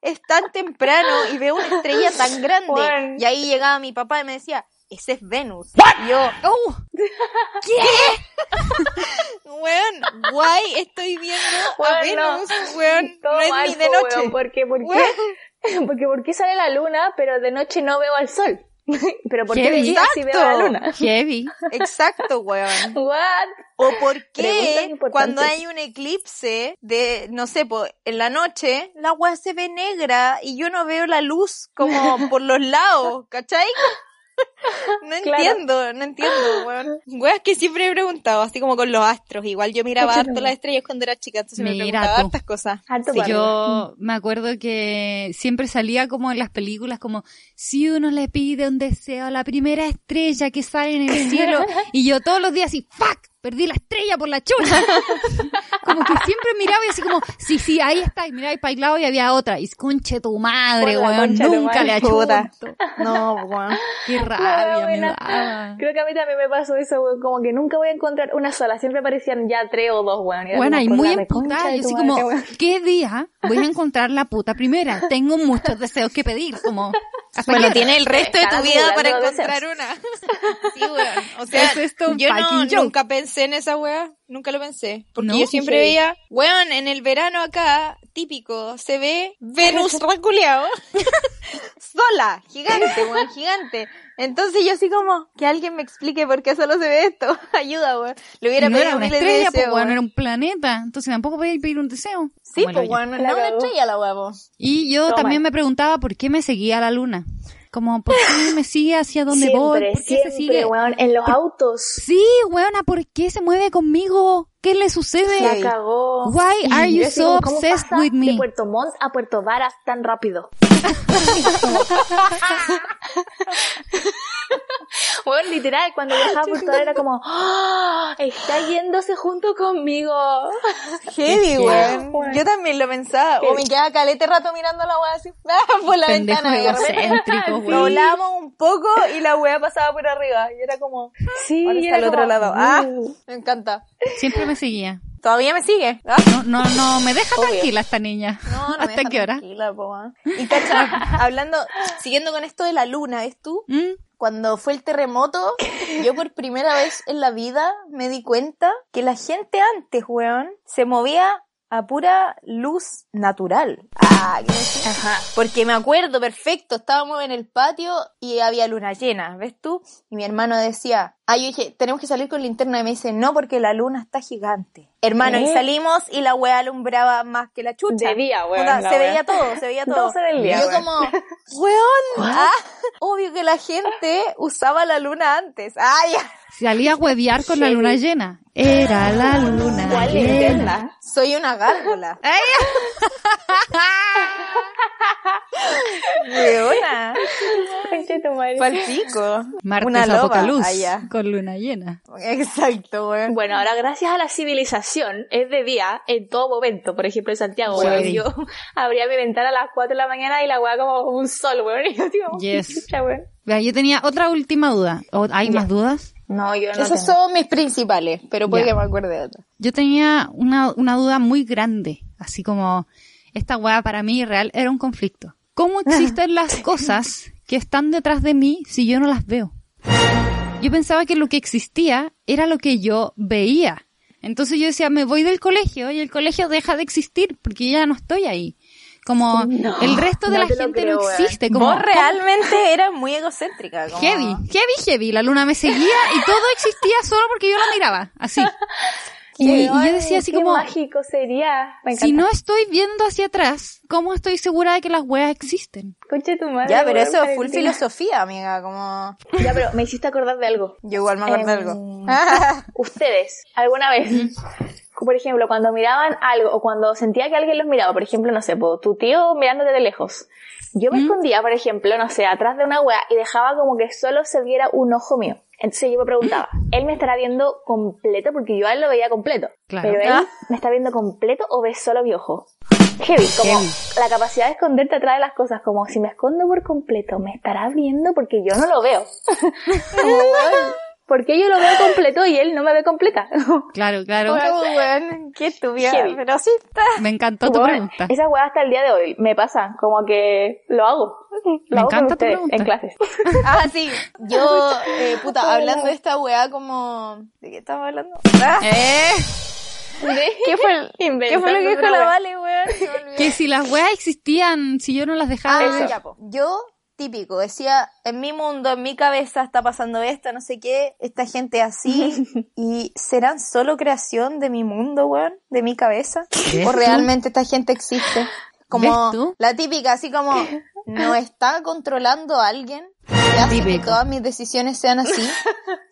Speaker 3: es tan temprano y veo una estrella tan grande?
Speaker 1: Weón.
Speaker 3: Y ahí llegaba mi papá y me decía, ese es Venus. Y yo,
Speaker 2: ¡Uh!
Speaker 1: Oh.
Speaker 3: Weón, guay, estoy viendo a
Speaker 1: Weón, no.
Speaker 3: Venus, weón, no es ni de noche.
Speaker 1: porque, ¿por qué? Porque ¿por qué sale la luna, pero de noche no veo al sol? pero ¿por
Speaker 2: Qué
Speaker 1: qué de día sí veo la
Speaker 3: exacto.
Speaker 1: luna?
Speaker 2: Heavy.
Speaker 3: Exacto, weón.
Speaker 1: What?
Speaker 3: O por
Speaker 1: Preguntas
Speaker 3: qué
Speaker 1: importantes.
Speaker 3: cuando hay un eclipse de, no sé, po, en la noche, la weá se ve negra y yo no veo la luz como por los lados, ¿cachai? No
Speaker 1: Claro.
Speaker 3: entiendo, no entiendo, weón. Weas que siempre he preguntado, así como con los astros. Igual yo miraba
Speaker 1: Cachai,
Speaker 3: harto
Speaker 1: weón.
Speaker 3: las estrellas cuando era chica, entonces me
Speaker 2: Mira
Speaker 3: preguntaba
Speaker 2: tú.
Speaker 3: hartas cosas.
Speaker 1: Harto
Speaker 3: Sí,
Speaker 1: para arriba.
Speaker 2: Yo me acuerdo que siempre salía como en las películas, como si uno le pide un deseo a la primera estrella que sale en el cielo, y yo todos los días así, fuck, perdí la estrella por la chula. como que siempre miraba y así como, sí, sí, ahí está, y miraba y para el lado y había otra, y conche tu madre,
Speaker 1: Por la
Speaker 2: weón,
Speaker 1: concha de tu
Speaker 2: nunca le
Speaker 1: madre,
Speaker 3: puta.
Speaker 2: achunto.
Speaker 3: No, weón.
Speaker 2: Qué
Speaker 1: Claro,
Speaker 2: rabia ah, me
Speaker 1: buena.
Speaker 2: daba.
Speaker 1: Creo que a mí también me pasó eso, weón. Como que nunca voy a encontrar una sola. Siempre aparecían ya tres o dos, weón. Era
Speaker 2: Bueno,
Speaker 1: como
Speaker 2: y
Speaker 1: por
Speaker 2: muy
Speaker 1: la reconcha
Speaker 2: emputada,
Speaker 1: de
Speaker 2: yo
Speaker 1: tu
Speaker 2: así
Speaker 1: madre,
Speaker 2: como,
Speaker 1: weón.
Speaker 2: ¿qué día voy a encontrar la puta primera? Tengo muchos deseos que pedir, como... ¿hasta qué
Speaker 3: Bueno,
Speaker 2: hora?
Speaker 3: tiene el resto de tu
Speaker 1: Estaba
Speaker 3: vida Ah, para
Speaker 1: jugando
Speaker 3: encontrar una. Sí, weón. O sea,
Speaker 2: Es esto un
Speaker 3: yo no,
Speaker 2: fucking joke.
Speaker 3: nunca pensé en esa weá. Nunca lo pensé. Porque
Speaker 2: No,
Speaker 3: yo siempre
Speaker 1: sí.
Speaker 3: veía, weón, en el verano acá, típico, se ve Venus reculeado. Sola, gigante, weón, gigante. Entonces yo así como, que alguien me explique por qué solo se ve esto. Ayuda, weón. Le hubiera
Speaker 2: Y no
Speaker 3: pedido
Speaker 2: era una
Speaker 3: miles de
Speaker 2: estrella, pues
Speaker 3: deseos,
Speaker 2: bueno,
Speaker 3: weón.
Speaker 2: era un planeta. Entonces tampoco podía pedir un deseo.
Speaker 3: Sí,
Speaker 2: Como el
Speaker 3: pues
Speaker 2: hoyo.
Speaker 3: weón, no
Speaker 1: La
Speaker 3: era una
Speaker 1: cagó.
Speaker 3: estrella la weá, po.
Speaker 2: Y yo
Speaker 1: Toma.
Speaker 2: también me preguntaba por qué me seguía la luna. Como, ¿por qué me sigue hacia dónde voy?
Speaker 1: Siempre,
Speaker 2: ¿Por qué
Speaker 1: siempre,
Speaker 2: se sigue?
Speaker 1: weón. En los autos.
Speaker 2: Sí, weona, ¿por qué se mueve conmigo? ¿Qué le sucede?
Speaker 1: La cagó.
Speaker 2: Why
Speaker 1: Y
Speaker 2: are
Speaker 1: yo
Speaker 2: you
Speaker 1: así
Speaker 2: so
Speaker 1: como, ¿cómo
Speaker 2: obsessed
Speaker 1: pasa
Speaker 2: with me?
Speaker 1: De Puerto Montt a Puerto Varas tan rápido. bueno, literal, cuando viajaba por Puerto Varas era como, "Ah, está yéndose junto conmigo.
Speaker 3: Heavy,
Speaker 2: Sí,
Speaker 3: weón.
Speaker 1: weón.
Speaker 3: Yo también lo pensaba. O me quedaba calete rato mirando la weá así ah, por la
Speaker 2: Pendejo
Speaker 3: ventana. y de repente
Speaker 2: egocéntrico,
Speaker 3: Lo
Speaker 2: weón.
Speaker 3: hablábamos un poco y la weá pasaba por arriba. Y era como,
Speaker 1: Sí,
Speaker 3: ahora
Speaker 1: y
Speaker 3: está
Speaker 1: era
Speaker 3: al otro
Speaker 1: como,
Speaker 3: lado. Ah,
Speaker 1: "Uh".
Speaker 3: me encanta.
Speaker 2: Siempre me seguía.
Speaker 3: Todavía me sigue. Ah.
Speaker 2: No, no, no, me deja tranquila esta niña.
Speaker 3: No, no me
Speaker 2: ¿Hasta
Speaker 3: deja
Speaker 2: qué hora?
Speaker 3: tranquila, po, ah. Y cacha, hablando, siguiendo con esto de la luna, ¿ves tú?
Speaker 2: ¿Mm?
Speaker 3: Cuando fue el terremoto, yo por primera vez en la vida me di cuenta que la gente antes, weón, se movía a pura luz natural. Ah, que no sé.
Speaker 1: Ajá.
Speaker 3: Porque me acuerdo perfecto, estábamos en el patio y había luna llena, ¿ves tú? Y mi hermano decía, ay, yo dije, tenemos que salir con linterna. Y me dice, no, porque la luna está gigante. Hermano, y
Speaker 1: ¿Eh?
Speaker 3: salimos y la weá alumbraba más que la chucha.
Speaker 1: De día, weón,
Speaker 3: Onda,
Speaker 1: la
Speaker 3: se
Speaker 1: weá.
Speaker 3: veía todo, se veía todo.
Speaker 1: 12 del día,
Speaker 3: Y yo
Speaker 1: weón.
Speaker 3: como, weón, ah, Obvio que la gente usaba la luna antes. ¡Ay!
Speaker 2: Salía a huevear con la luna llena. Era la luna
Speaker 3: Ah, ¿Cuál
Speaker 2: llena.
Speaker 3: linterna? Soy una gárgola.
Speaker 2: ¡Ay!
Speaker 3: Weona.
Speaker 1: Conche tu madre.
Speaker 3: Palpico.
Speaker 2: Martes
Speaker 3: Una
Speaker 2: a
Speaker 3: loba.
Speaker 2: poca luz
Speaker 3: Ah, ya.
Speaker 2: con luna llena.
Speaker 3: Exacto, weón.
Speaker 1: Bueno, ahora gracias a la civilización es de día en todo momento. Por ejemplo, en Santiago,
Speaker 2: Sí.
Speaker 1: weón, yo abría mi ventana a las 4 de la mañana y la weá como un sol, weón. Y yo digo,
Speaker 2: Yes.
Speaker 1: chucha, weón.
Speaker 2: Vea, yo tenía otra última duda. ¿O- ¿Hay más dudas?
Speaker 1: No, yo no
Speaker 3: Esos
Speaker 1: tengo.
Speaker 3: son mis principales, pero puede
Speaker 2: Ya.
Speaker 3: que me acuerde de otro.
Speaker 2: Yo tenía una, una duda muy grande, así como esta weá para mí real era un conflicto.
Speaker 1: Ah.
Speaker 2: ¿Cómo existen las cosas que están detrás de mí si yo no las veo? Yo pensaba que lo que existía era lo que yo veía. Entonces yo decía, me voy del colegio y el colegio deja de existir porque ya no estoy ahí. Como
Speaker 1: No,
Speaker 2: el resto de
Speaker 1: no
Speaker 2: la
Speaker 1: te lo
Speaker 2: gente
Speaker 1: creo,
Speaker 2: no
Speaker 1: weón.
Speaker 2: existe. Como,
Speaker 3: Vos realmente eras muy egocéntrica. como-
Speaker 2: Heavy, heavy, heavy. La luna me seguía y todo existía solo porque yo la miraba, así. Y, y yo decía así
Speaker 1: Qué
Speaker 2: como,
Speaker 1: mágico sería. Me encanta.
Speaker 2: si no estoy viendo hacia atrás, ¿cómo estoy segura de que las weas existen?
Speaker 1: Conche tu madre.
Speaker 3: Ya, pero
Speaker 1: weón,
Speaker 3: eso es full
Speaker 1: Valentina.
Speaker 3: filosofía, amiga. Como...
Speaker 1: Ya, pero me hiciste acordar de algo.
Speaker 3: Yo igual me acuerdo de
Speaker 1: Em,
Speaker 3: algo.
Speaker 1: ustedes alguna vez por ejemplo cuando miraban algo o cuando sentía que alguien los miraba por ejemplo no sé po, tu tío mirándote de lejos yo me escondía por ejemplo no sé atrás de una wea y dejaba como que solo se viera un ojo mío entonces yo me preguntaba él me estará viendo completo porque yo a él lo veía completo
Speaker 2: Claro.
Speaker 1: pero él
Speaker 3: Ah.
Speaker 1: me está viendo completo o ve solo mi ojo Heavy, como
Speaker 2: Heavy.
Speaker 1: la capacidad de esconderte atrás de las cosas, como si me escondo por completo, me estará viendo porque yo no lo veo. Como, weón, ¿Por qué yo lo veo completo y él no me ve completa?
Speaker 2: Claro, claro.
Speaker 3: Oh, weón, qué estúpida.
Speaker 1: Heavy.
Speaker 3: Pero sí está.
Speaker 2: Me encantó tu
Speaker 1: Weón,
Speaker 2: pregunta.
Speaker 1: Esas weas hasta el día de hoy me pasan, como que lo hago. Lo
Speaker 2: Me
Speaker 1: hago con
Speaker 2: encanta tu
Speaker 1: ustedes
Speaker 2: pregunta.
Speaker 1: en clases.
Speaker 3: Ah, sí. Yo, eh, puta, hablando de esta weá como... ¿De qué estamos hablando? Ah,
Speaker 2: Eh,
Speaker 3: ¿Qué fue, el- ¿Qué fue lo que dijo la Vale, weón? Se me olvidó.
Speaker 2: que si las weas existían, si yo no las dejaba
Speaker 3: Ah,
Speaker 2: ver.
Speaker 3: ya, po. Yo, típico, decía, en mi mundo, en mi cabeza está pasando esto, no sé qué, esta gente así, y serán solo creación de mi mundo, weón, de mi cabeza,
Speaker 2: ¿Ves
Speaker 3: o
Speaker 2: tú?
Speaker 3: realmente esta gente existe. Como
Speaker 2: ¿Ves tú?
Speaker 3: la típica, así como, ¿no está controlando a alguien? que hace que
Speaker 2: Típico.
Speaker 3: todas mis decisiones sean así.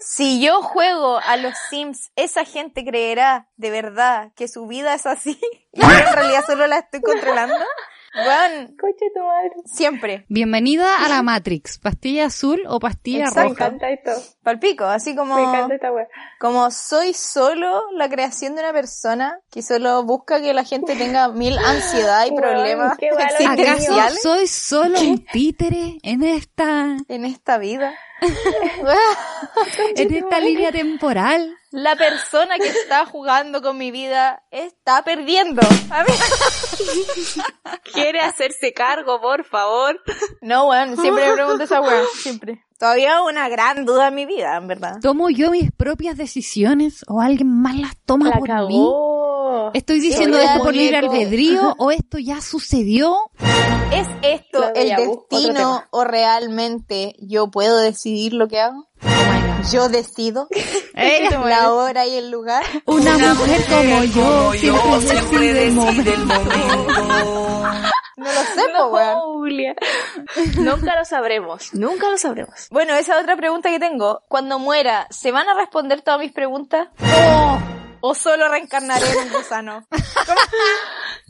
Speaker 3: Si yo juego a los Sims, esa gente creerá de verdad que su vida es así. Y yo en realidad solo la estoy controlando. Weón,
Speaker 1: Coche tu madre.
Speaker 3: siempre.
Speaker 2: Bienvenida a la Matrix, pastilla azul o pastilla
Speaker 3: Exacto.
Speaker 1: Me
Speaker 2: roja.
Speaker 1: encanta esto.
Speaker 3: Palpico, así como,
Speaker 1: Me encanta esta wea.
Speaker 3: como soy solo la creación de una persona que solo busca que la gente tenga mil ansiedad y
Speaker 1: Weón,
Speaker 3: problemas
Speaker 1: qué malo
Speaker 2: ¿Acaso
Speaker 3: existenciales
Speaker 2: soy solo un títere en esta,
Speaker 3: en esta vida.
Speaker 2: en esta línea temporal?
Speaker 3: la persona que está jugando con mi vida está perdiendo. A mí-
Speaker 1: Quiere hacerse cargo, por favor.
Speaker 3: No, weón, siempre me pregunto esa weón, siempre. Todavía una gran duda en mi vida, en verdad.
Speaker 2: ¿Tomo yo mis propias decisiones o alguien más las toma
Speaker 1: La
Speaker 2: por mí?
Speaker 1: cagó.
Speaker 2: ¿Estoy diciendo
Speaker 3: Hola,
Speaker 2: esto por libre
Speaker 3: muñeco.
Speaker 2: albedrío o esto ya sucedió?
Speaker 3: ¿Es esto
Speaker 1: Lo de
Speaker 3: el
Speaker 1: Yabu, otro
Speaker 3: destino
Speaker 1: tema.
Speaker 3: o realmente yo puedo decidir lo que hago? Yo decido
Speaker 2: Eh,
Speaker 3: la hora y el lugar.
Speaker 2: Una, mujer, como yo siempre decide el momento.
Speaker 3: No lo sé, po, weón.
Speaker 1: Julia. Nunca lo sabremos. Nunca lo sabremos.
Speaker 3: Bueno, esa es otra pregunta que tengo. Cuando muera, ¿se van a responder todas mis preguntas? ¿O solo reencarnaré en un gusano?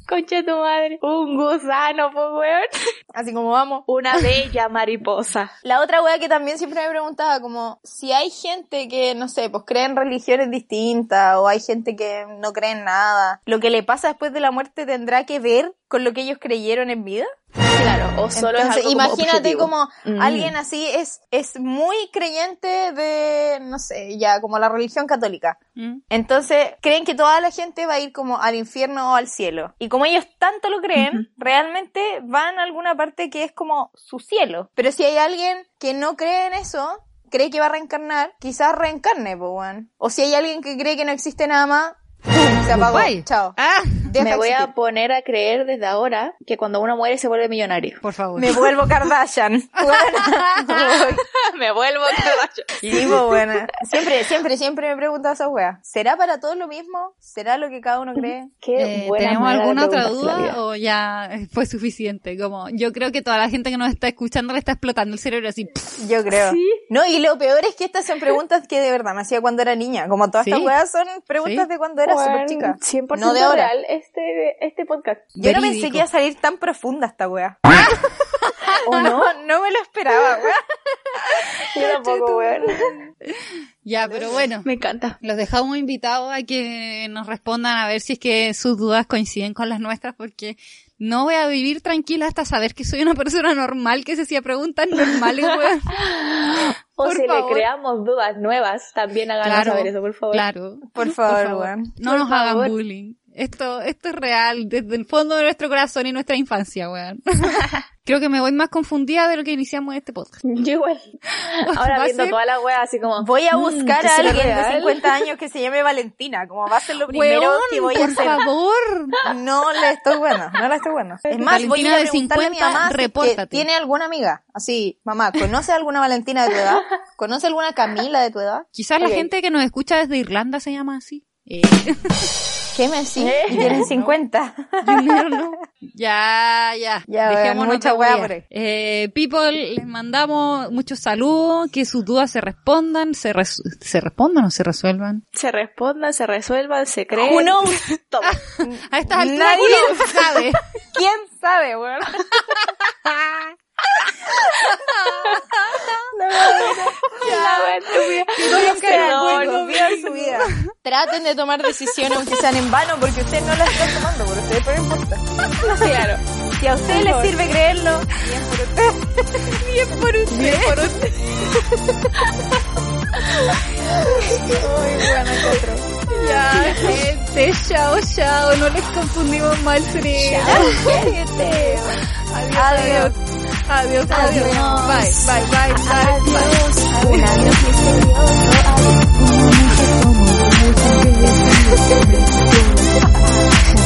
Speaker 1: Conche tu madre. Un gusano, pues weón.
Speaker 3: Así como vamos.
Speaker 1: Una bella mariposa.
Speaker 3: La otra wea que también siempre me preguntaba, como, si hay gente que, no sé, pues cree en religiones distintas, o hay gente que no cree en nada, ¿lo que le pasa después de la muerte tendrá que ver con lo que ellos creyeron en vida?
Speaker 1: Claro, o solo
Speaker 3: Entonces,
Speaker 1: es algo
Speaker 3: imagínate
Speaker 1: como,
Speaker 3: como,
Speaker 1: Mm.
Speaker 3: alguien así es, es muy creyente de, no sé, ya, como la religión católica.
Speaker 1: Mm.
Speaker 3: Entonces, creen que toda la gente va a ir como al infierno o al cielo. Y como ellos tanto lo creen, realmente van a alguna parte que es como su cielo. Pero si hay alguien que no cree en eso, cree que va a reencarnar, quizás reencarne, po, weón. O si hay alguien que cree que no existe nada más, ¡pum! Se apagó.
Speaker 2: Goodbye.
Speaker 3: Chao.
Speaker 2: Ah,
Speaker 3: Deja
Speaker 1: Me voy
Speaker 3: existir.
Speaker 1: a poner a creer desde ahora que cuando uno muere se vuelve millonario.
Speaker 2: por favor.
Speaker 3: Me vuelvo Kardashian. Buena.
Speaker 1: Me vuelvo Kardashian.
Speaker 3: Sí, po, buena. Siempre, siempre, siempre me pregunto esa wea. ¿Será para todos lo mismo? ¿Será lo que cada uno cree?
Speaker 1: Qué
Speaker 2: Eh,
Speaker 1: buena
Speaker 2: ¿Tenemos
Speaker 1: manera de
Speaker 2: alguna otra
Speaker 1: preguntarse la vida.
Speaker 2: duda o ya fue suficiente? Como yo creo que toda la gente que nos está escuchando le está explotando el cerebro así. pff,
Speaker 3: Yo creo.
Speaker 1: Sí.
Speaker 3: No, y lo peor es que estas son preguntas que de verdad me hacía cuando era niña. Como todas estas
Speaker 2: Sí.
Speaker 3: weas son preguntas
Speaker 2: Sí.
Speaker 3: de cuando era
Speaker 1: Juan,
Speaker 3: súper chica.
Speaker 1: 100%
Speaker 3: No de ahora.
Speaker 1: real este, este podcast.
Speaker 3: Yo no pensé
Speaker 2: Verídico.
Speaker 3: que iba a salir tan profunda esta wea.
Speaker 1: ¿O no?
Speaker 3: No, no me lo esperaba, wea.
Speaker 1: Yo tampoco, weón.
Speaker 2: Ya, pero bueno.
Speaker 1: Me encanta.
Speaker 2: Los dejamos invitados a que nos respondan a ver si es que sus dudas coinciden con las nuestras, porque no voy a vivir tranquila hasta saber que soy una persona normal que se hacía preguntas normales, weón.
Speaker 1: O
Speaker 2: Por
Speaker 1: si
Speaker 2: favor.
Speaker 1: le creamos dudas nuevas, también háganos saber eso, por favor.
Speaker 2: Claro.
Speaker 3: Por favor, weón.
Speaker 2: No
Speaker 1: Por
Speaker 2: nos
Speaker 1: favor.
Speaker 2: hagan bullying. Esto, esto es real, desde el fondo de nuestro corazón y nuestra infancia, weón. Creo que me voy más confundida de lo que iniciamos este podcast.
Speaker 1: Yo igual. Ahora
Speaker 2: Va a
Speaker 1: viendo
Speaker 2: ser-
Speaker 1: toda la wea así como...
Speaker 3: Voy a
Speaker 1: mm,
Speaker 3: buscar
Speaker 1: ¿qué
Speaker 3: a
Speaker 1: será
Speaker 3: alguien de
Speaker 1: real?
Speaker 3: 50 años que se llame Valentina. Como va a ser lo primero
Speaker 2: Weón,
Speaker 3: que voy a
Speaker 2: por
Speaker 3: hacer.
Speaker 2: favor.
Speaker 3: No le estoy buena, no le estoy buena. Es más, voy a ir
Speaker 2: Valentina de
Speaker 3: a preguntarle
Speaker 2: 50,
Speaker 3: a mi mamá si es que
Speaker 2: repórtate.
Speaker 3: tiene alguna amiga. Así, mamá, ¿conoce alguna Valentina de tu edad? ¿Conoce alguna Camila de tu edad?
Speaker 2: Quizás la
Speaker 1: Ok.
Speaker 2: gente que nos escucha desde Irlanda se llama así. Eh,
Speaker 3: ¿Qué me decís? Y tienen 50.
Speaker 2: primero no. Ya, ya.
Speaker 3: Ya, weón,
Speaker 2: Dejémonos
Speaker 3: mucha
Speaker 2: de
Speaker 3: weá
Speaker 2: hueá.
Speaker 3: por ahí.
Speaker 2: Eh, people, les mandamos muchos saludos, que sus dudas se respondan, se, res- se respondan o se resuelvan.
Speaker 1: Se respondan, se resuelvan, se creen.
Speaker 3: Who knows?
Speaker 1: Toma.
Speaker 2: A estas alturas
Speaker 3: Nadie
Speaker 2: uno sabe.
Speaker 3: ¿Quién sabe, weón? No, no,
Speaker 1: La wea estúpida.
Speaker 3: no,
Speaker 1: Perdón.
Speaker 3: su vida. Traten de tomar decisiones aunque sean en vano porque ustedes no las están tomando, pero ustedes ponen puesta.
Speaker 1: Claro.
Speaker 3: Si a ustedes les sirve creerlo, bien por ustedes.
Speaker 2: Bien, por un-
Speaker 3: Ay, bueno, qué atroz.
Speaker 2: Ya, gente, chao, chao. No les confundimos mal, cerebro. Adiós,
Speaker 3: Adiós.
Speaker 2: adiós. Adiós, adiós. Bye, bye, bye, bye, bye.
Speaker 5: Thank you.